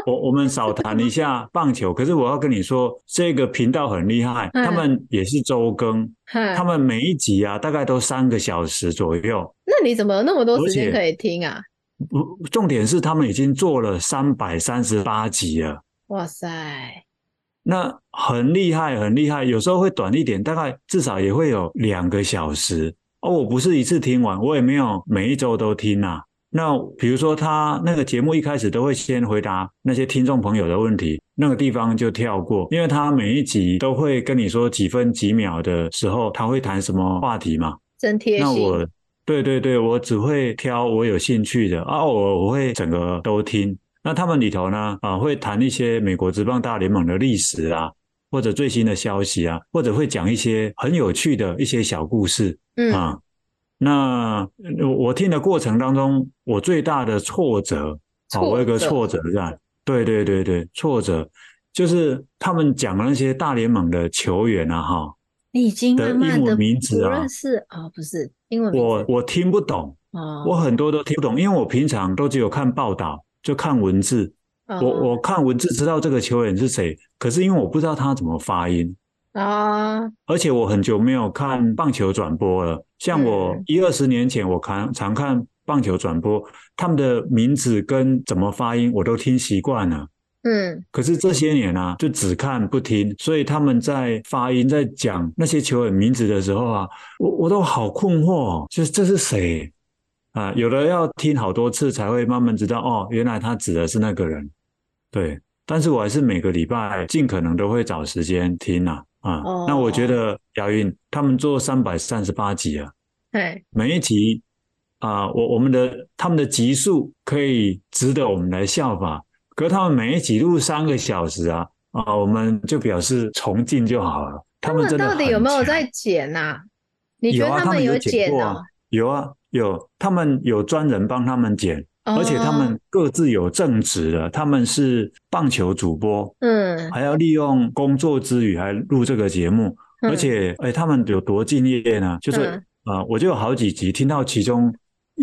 [SPEAKER 2] 我我们少谈一下棒球，可是我要跟你说，这个频道很厉害，
[SPEAKER 1] 嗯
[SPEAKER 2] 他们也是周更，他
[SPEAKER 1] 哼，
[SPEAKER 2] 们每一集啊大概都三个小时左右。
[SPEAKER 1] 那你怎么有那么多时间
[SPEAKER 2] 而且
[SPEAKER 1] 可以听啊？
[SPEAKER 2] 不，重点是他们已经做了三百三十八集了。
[SPEAKER 1] 哇塞，
[SPEAKER 2] 那很厉害，很厉害。有时候会短一点，大概至少也会有两个小时。哦，我不是一次听完，我也没有每一周都听啊。那比如说，他那个节目一开始都会先回答那些听众朋友的问题，那个地方就跳过，因为他每一集都会跟你说几分几秒的时候，他会谈什么话题嘛。
[SPEAKER 1] 真贴
[SPEAKER 2] 那
[SPEAKER 1] 心，
[SPEAKER 2] 我对对对，我只会挑我有兴趣的啊，我我会整个都听。那他们里头呢，啊，会谈一些美国职棒大联盟的历史啊，或者最新的消息啊，或者会讲一些很有趣的一些小故事
[SPEAKER 1] 嗯，
[SPEAKER 2] 啊。那呃我听的过程当中，我最大的挫折，啊，我有个
[SPEAKER 1] 挫
[SPEAKER 2] 挫折在，对对对对，挫折就是他们讲的那些大联盟的球员啊，哈，
[SPEAKER 1] 你已经
[SPEAKER 2] 的
[SPEAKER 1] 慢慢
[SPEAKER 2] 英
[SPEAKER 1] 的
[SPEAKER 2] 文名
[SPEAKER 1] 不
[SPEAKER 2] 字啊
[SPEAKER 1] 认，识哦，不是英文名
[SPEAKER 2] 我
[SPEAKER 1] 字
[SPEAKER 2] 我听不懂。
[SPEAKER 1] 哦，
[SPEAKER 2] 我很多都听不懂，因为我平常都只有看报道，就看文字，
[SPEAKER 1] 哦嗯
[SPEAKER 2] 我我看文字知道这个球员是谁，可是因为我不知道他怎么发音，
[SPEAKER 1] 啊，哦
[SPEAKER 2] 而且我很久没有看棒球转播了。像我
[SPEAKER 1] 嗯
[SPEAKER 2] 一二十年前，我看常看棒球转播，他们的名字跟怎么发音我都听习惯了。
[SPEAKER 1] 嗯
[SPEAKER 2] 可是这些年啊，就只看不听，所以他们在发音、在讲那些球员名字的时候啊，我我都好困惑、哦，就是这是谁啊？有的要听好多次才会慢慢知道，哦，原来他指的是那个人。对，但是我还是每个礼拜尽可能都会找时间听啊啊。
[SPEAKER 1] 哦
[SPEAKER 2] 那我觉得雅韵他们做三百三十八集啊，
[SPEAKER 1] 对，
[SPEAKER 2] 每一集啊、我我们的他们的集数可以值得我们来效法。可是他们每一集录三个小时啊啊、我们就表示崇敬就好了。他们
[SPEAKER 1] 们
[SPEAKER 2] 真的
[SPEAKER 1] 到底有没有
[SPEAKER 2] 很强
[SPEAKER 1] 在剪呐？你觉
[SPEAKER 2] 有
[SPEAKER 1] 得
[SPEAKER 2] 啊，他
[SPEAKER 1] 们
[SPEAKER 2] 有
[SPEAKER 1] 剪
[SPEAKER 2] 过啊
[SPEAKER 1] 哦？，
[SPEAKER 2] 有啊，有，他们有专人帮他们剪，而且他
[SPEAKER 1] 哦
[SPEAKER 2] 们各自有正职的，他们是棒球主播，
[SPEAKER 1] 嗯，
[SPEAKER 2] 还要利用工作之余还录这个节目，而
[SPEAKER 1] 嗯
[SPEAKER 2] 且哎，他们有多敬业呢？就是
[SPEAKER 1] 嗯
[SPEAKER 2] 啊、呃我就有好几集听到其中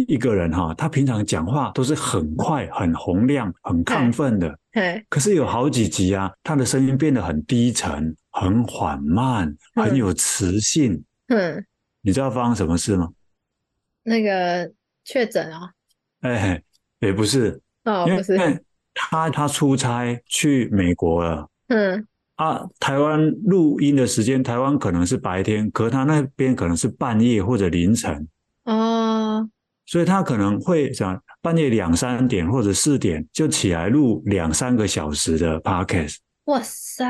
[SPEAKER 2] 一个人哈，他平常讲话都是很快、很洪亮、很亢
[SPEAKER 1] 嗯
[SPEAKER 2] 奋的，
[SPEAKER 1] 对，
[SPEAKER 2] 可是有好几集啊，他的声音变得很低沉、很缓慢、很
[SPEAKER 1] 嗯
[SPEAKER 2] 有磁性。
[SPEAKER 1] 嗯，
[SPEAKER 2] 你知道发生什么事吗？
[SPEAKER 1] 那个确诊哦，
[SPEAKER 2] 哎，也不是，
[SPEAKER 1] 哦
[SPEAKER 2] 因
[SPEAKER 1] 不
[SPEAKER 2] 为
[SPEAKER 1] 是，
[SPEAKER 2] 他他出差去美国了
[SPEAKER 1] 嗯
[SPEAKER 2] 啊。台湾录音的时间，台湾可能是白天，可他那边可能是半夜或者凌晨，
[SPEAKER 1] 哦，
[SPEAKER 2] 所以他可能会想半夜两三点或者四点就起来录两三个小时的 podcast。
[SPEAKER 1] 哇塞，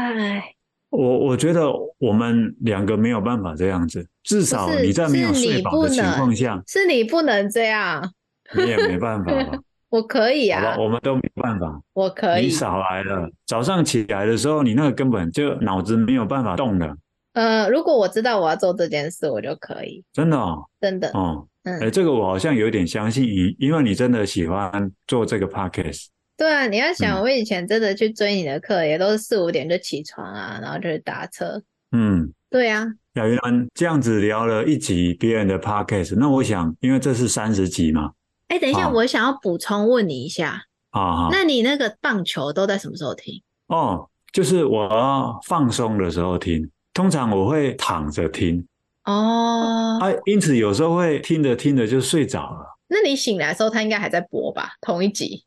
[SPEAKER 2] 我我觉得我们两个没有办法这样子，至少
[SPEAKER 1] 是
[SPEAKER 2] 你在没有
[SPEAKER 1] 是
[SPEAKER 2] 睡
[SPEAKER 1] 你
[SPEAKER 2] 饱的
[SPEAKER 1] 不
[SPEAKER 2] 情
[SPEAKER 1] 能
[SPEAKER 2] 况下，
[SPEAKER 1] 是你不能这样，
[SPEAKER 2] 你也没 办法吧？
[SPEAKER 1] 我可以
[SPEAKER 2] 好吧，
[SPEAKER 1] 啊，
[SPEAKER 2] 我们都没办法。
[SPEAKER 1] 我可
[SPEAKER 2] 你
[SPEAKER 1] 以，
[SPEAKER 2] 少来了，早上起来的时候，你那个根本就脑子没有办法动了，
[SPEAKER 1] 呃，如果我知道我要做这件事，我就可以，
[SPEAKER 2] 真的哦。
[SPEAKER 1] 真的，
[SPEAKER 2] 哦，
[SPEAKER 1] 嗯
[SPEAKER 2] 哎，这个我好像有点相信你，因为你真的喜欢做这个 podcast。
[SPEAKER 1] 对啊，你要想，
[SPEAKER 2] 嗯
[SPEAKER 1] 我以前真的去追你的课，也都是四五点就起床啊，然后就去打车。
[SPEAKER 2] 嗯，
[SPEAKER 1] 对啊，
[SPEAKER 2] 雅云安这样子聊了一集别人的 podcast，那我想，因为这是三十集嘛，
[SPEAKER 1] 哎，等一下，
[SPEAKER 2] 哦
[SPEAKER 1] 我想要补充问你一下，
[SPEAKER 2] 啊哈，
[SPEAKER 1] 那你那个棒球都在什么时候听？
[SPEAKER 2] 哦，就是我要放松的时候听，通常我会躺着听，
[SPEAKER 1] 哦，
[SPEAKER 2] 啊，因此有时候会听着听着就睡着了。
[SPEAKER 1] 那你醒来的时候，他应该还在播吧？同一集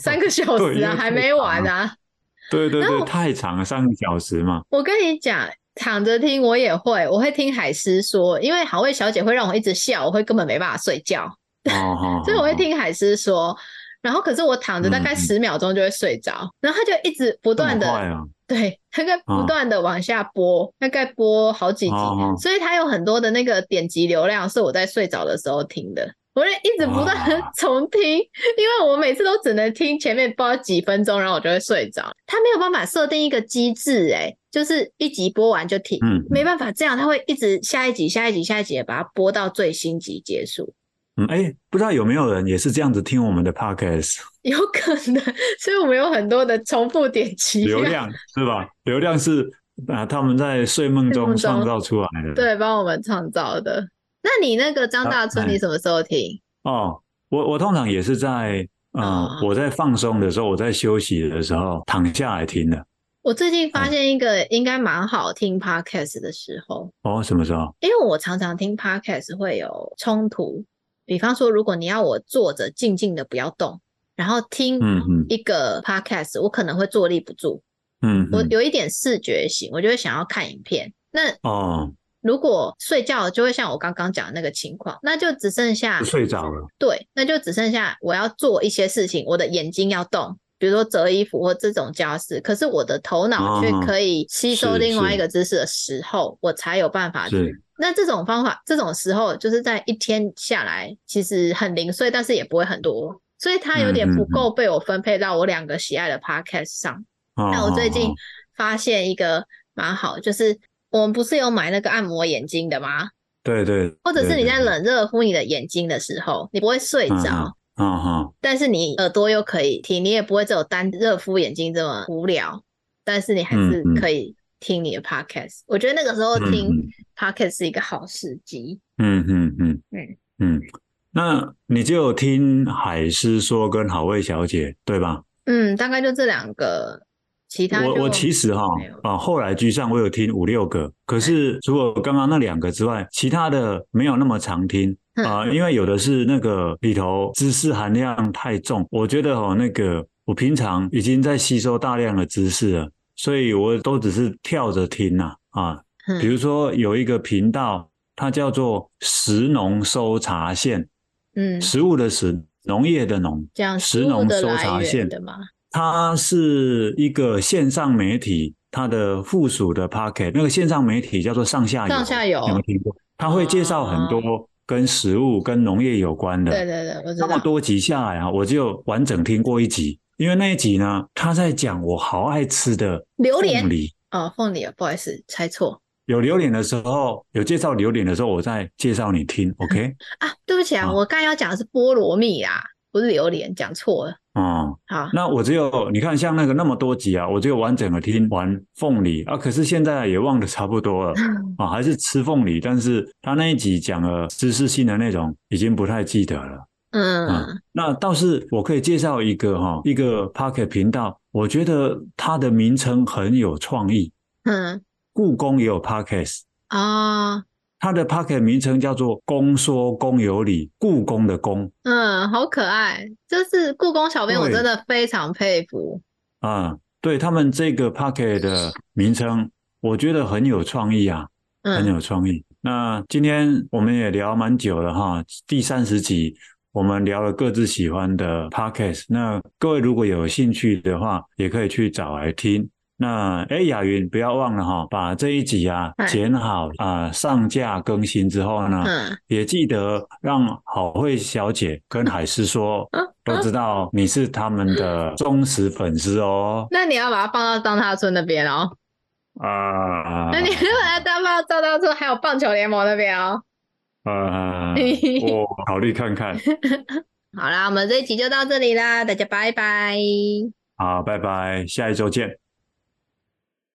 [SPEAKER 1] 三个小
[SPEAKER 2] 对
[SPEAKER 1] 时
[SPEAKER 2] 因
[SPEAKER 1] 啊，
[SPEAKER 2] 为
[SPEAKER 1] 还
[SPEAKER 2] 太
[SPEAKER 1] 没
[SPEAKER 2] 长
[SPEAKER 1] 完
[SPEAKER 2] 了
[SPEAKER 1] 啊！
[SPEAKER 2] 对对
[SPEAKER 1] 然
[SPEAKER 2] 对，
[SPEAKER 1] 后
[SPEAKER 2] 太长了，三个小时嘛。
[SPEAKER 1] 我跟你讲，躺着听我也会，我会听海狮说，因为好味小姐会让我一直笑，我会根本没办法睡觉，
[SPEAKER 2] 哦，好
[SPEAKER 1] 所以我会
[SPEAKER 2] 好
[SPEAKER 1] 听海狮说。然后可是我躺着大概
[SPEAKER 2] 嗯嗯
[SPEAKER 1] 十秒钟就会睡着，然后他就一直不
[SPEAKER 2] 这么
[SPEAKER 1] 断的
[SPEAKER 2] 快啊
[SPEAKER 1] 对，大概不
[SPEAKER 2] 啊
[SPEAKER 1] 断的往下播，大概播好几集，
[SPEAKER 2] 哦
[SPEAKER 1] 所以它有很多的那个点击流量是我在睡着的时候听的，我就一直不断的
[SPEAKER 2] 哇
[SPEAKER 1] 重听，因为我每次都只能听前面不知道几分钟，然后我就会睡着。它没有办法设定一个机制、欸，就是一集播完就停，
[SPEAKER 2] 嗯
[SPEAKER 1] 没办法这样，它会一直下一集、下一集、下一集地把它播到最新集结束。
[SPEAKER 2] 嗯，哎，不知道有没有人也是这样子听我们的 podcast，
[SPEAKER 1] 有可能，所以我们有很多的重复点击
[SPEAKER 2] 流量是吧？流量是啊，他们在睡
[SPEAKER 1] 睡梦
[SPEAKER 2] 梦中
[SPEAKER 1] 中
[SPEAKER 2] 创造出来的。，
[SPEAKER 1] 对，帮我们创造的。那你那个张
[SPEAKER 2] 啊
[SPEAKER 1] 大春，
[SPEAKER 2] 哎
[SPEAKER 1] 你什么时候听？
[SPEAKER 2] 哦，我我通常也是在呃
[SPEAKER 1] 哦，
[SPEAKER 2] 我在放松的时候，我在休息的时候躺下来听的。
[SPEAKER 1] 我最近发
[SPEAKER 2] 哎
[SPEAKER 1] 现一个应该蛮好听 podcast 的时候，
[SPEAKER 2] 哦，什么时候？
[SPEAKER 1] 因为我常常听 podcast 会有冲突。比方说，如果你要我坐着静静的不要动，然后听
[SPEAKER 2] 嗯嗯
[SPEAKER 1] 一个 podcast，我可能会坐立不住，
[SPEAKER 2] 嗯，
[SPEAKER 1] 我
[SPEAKER 2] 嗯
[SPEAKER 1] 有一点视觉型，我就会想要看影片。那
[SPEAKER 2] 哦，
[SPEAKER 1] 如果睡觉，就会像我刚刚讲的那个情况，那就只剩下
[SPEAKER 2] 我睡着了。
[SPEAKER 1] 对，那就只剩下我要做一些事情，我的眼睛要动，比如说折衣服或这种家事。可是我的头脑却
[SPEAKER 2] 哦
[SPEAKER 1] 可以吸收
[SPEAKER 2] 是
[SPEAKER 1] 另外一
[SPEAKER 2] 是
[SPEAKER 1] 个知识的时候，我才有办法。
[SPEAKER 2] 是
[SPEAKER 1] 那这种方法，这种时候就是在一天下来，其实很零碎，但是也不会很多，所以它有
[SPEAKER 2] 嗯
[SPEAKER 1] 点
[SPEAKER 2] 嗯
[SPEAKER 1] 不
[SPEAKER 2] 嗯
[SPEAKER 1] 够被我分配到我两个喜爱的 podcast 上。
[SPEAKER 2] 哦，
[SPEAKER 1] 那我最
[SPEAKER 2] 哦
[SPEAKER 1] 近
[SPEAKER 2] 哦
[SPEAKER 1] 发现一个蛮好，就是我们不是有买那个按摩眼睛的吗？
[SPEAKER 2] 对对，
[SPEAKER 1] 或者是
[SPEAKER 2] 对
[SPEAKER 1] 你
[SPEAKER 2] 对
[SPEAKER 1] 在
[SPEAKER 2] 对
[SPEAKER 1] 冷热敷你的眼睛的时候，你不会睡
[SPEAKER 2] 嗯
[SPEAKER 1] 着，
[SPEAKER 2] 嗯哼，
[SPEAKER 1] 但是你耳朵又可以听，你也不会只有单热敷眼睛这么无聊，但是你还是
[SPEAKER 2] 嗯嗯
[SPEAKER 1] 可以听你的 podcast。我觉得那个时候
[SPEAKER 2] 嗯
[SPEAKER 1] 听 podcast 是一个好时机。
[SPEAKER 2] 嗯嗯嗯
[SPEAKER 1] 嗯
[SPEAKER 2] 嗯嗯，那你就有听海狮说跟好味小姐对吧？
[SPEAKER 1] 嗯，大概就这两个，其他
[SPEAKER 2] 我
[SPEAKER 1] 就
[SPEAKER 2] 我其实哈
[SPEAKER 1] 没有
[SPEAKER 2] 啊，后来居上我有听五六个，可是除了刚刚那两个之外，其他的没有那么常听
[SPEAKER 1] 嗯
[SPEAKER 2] 啊，因为有的是那个里头知识含量太重，我觉得哦那个我平常已经在吸收大量的知识了，所以我都只是跳着听呐啊，
[SPEAKER 1] 嗯
[SPEAKER 2] 比如说有一个频道，它叫做“食农搜查线”，
[SPEAKER 1] 嗯
[SPEAKER 2] 食物的食，农业的农，
[SPEAKER 1] 讲
[SPEAKER 2] 食
[SPEAKER 1] 食物
[SPEAKER 2] 农
[SPEAKER 1] 的
[SPEAKER 2] 搜
[SPEAKER 1] 来
[SPEAKER 2] 查
[SPEAKER 1] 源
[SPEAKER 2] 线
[SPEAKER 1] 的嘛，
[SPEAKER 2] 它是一个线上媒体，它的附属的 Pocket，那个线上媒体叫做上下游，
[SPEAKER 1] 上下游哦
[SPEAKER 2] 你有没有听过？它会介绍很多跟食物、跟农业有关的。
[SPEAKER 1] 对对对，我知
[SPEAKER 2] 嗯那么
[SPEAKER 1] 道，
[SPEAKER 2] 多集下来啊，我就完整听过一集，因为那一集呢，他在讲我好爱吃的
[SPEAKER 1] 榴莲
[SPEAKER 2] 凤梨。
[SPEAKER 1] 哦，凤梨，不好意思，猜错
[SPEAKER 2] 有榴莲的时候，有介绍榴莲的时候，我再介绍你听，OK？
[SPEAKER 1] 啊，对不起啊，
[SPEAKER 2] 啊
[SPEAKER 1] 我刚才要讲的是菠萝蜜啊，不是榴莲，讲错了，
[SPEAKER 2] 哦、
[SPEAKER 1] 好，
[SPEAKER 2] 那我只有你看，像那个那么多集啊，我只有完整的听完凤梨啊，可是现在也忘得差不多了
[SPEAKER 1] 嗯
[SPEAKER 2] 啊，还是吃凤梨，但是他那一集讲了知识性的内容，已经不太记得了。
[SPEAKER 1] 嗯
[SPEAKER 2] 那倒是我可以介绍一个哈、一个 Pocket 频道，我觉得它的名称很有创意，
[SPEAKER 1] 嗯
[SPEAKER 2] 故宫也有 Pocket，
[SPEAKER 1] 啊，
[SPEAKER 2] 它的 Pocket 名称叫做“公说公有理”，故宫的宫
[SPEAKER 1] 嗯，好可爱，就是故宫小编，我
[SPEAKER 2] 对
[SPEAKER 1] 真的非常佩服，
[SPEAKER 2] 啊，对他们这个 Pocket 的名称，我觉得很有创意啊。很
[SPEAKER 1] 嗯
[SPEAKER 2] 有创意。那今天我们也聊蛮久了哈，第三十集我们聊了各自喜欢的 podcast。那各位如果有兴趣的话，也可以去找来听。那哎，雅云不要忘了哈，把这一集啊
[SPEAKER 1] 哎
[SPEAKER 2] 剪好啊、上架更新之后呢，
[SPEAKER 1] 嗯，
[SPEAKER 2] 也记得让好慧小姐跟海狮说，
[SPEAKER 1] 啊
[SPEAKER 2] 都知道你是他们的忠实粉丝哦。
[SPEAKER 1] 那你要把它放到张大春那边哦，
[SPEAKER 2] 啊、
[SPEAKER 1] 那你如果要放到张大春，还有棒球联盟那边哦。
[SPEAKER 2] 呃，我考虑看看。
[SPEAKER 1] 好啦，我们这一集就到这里啦，大家拜拜。
[SPEAKER 2] 好，拜拜，下一周见。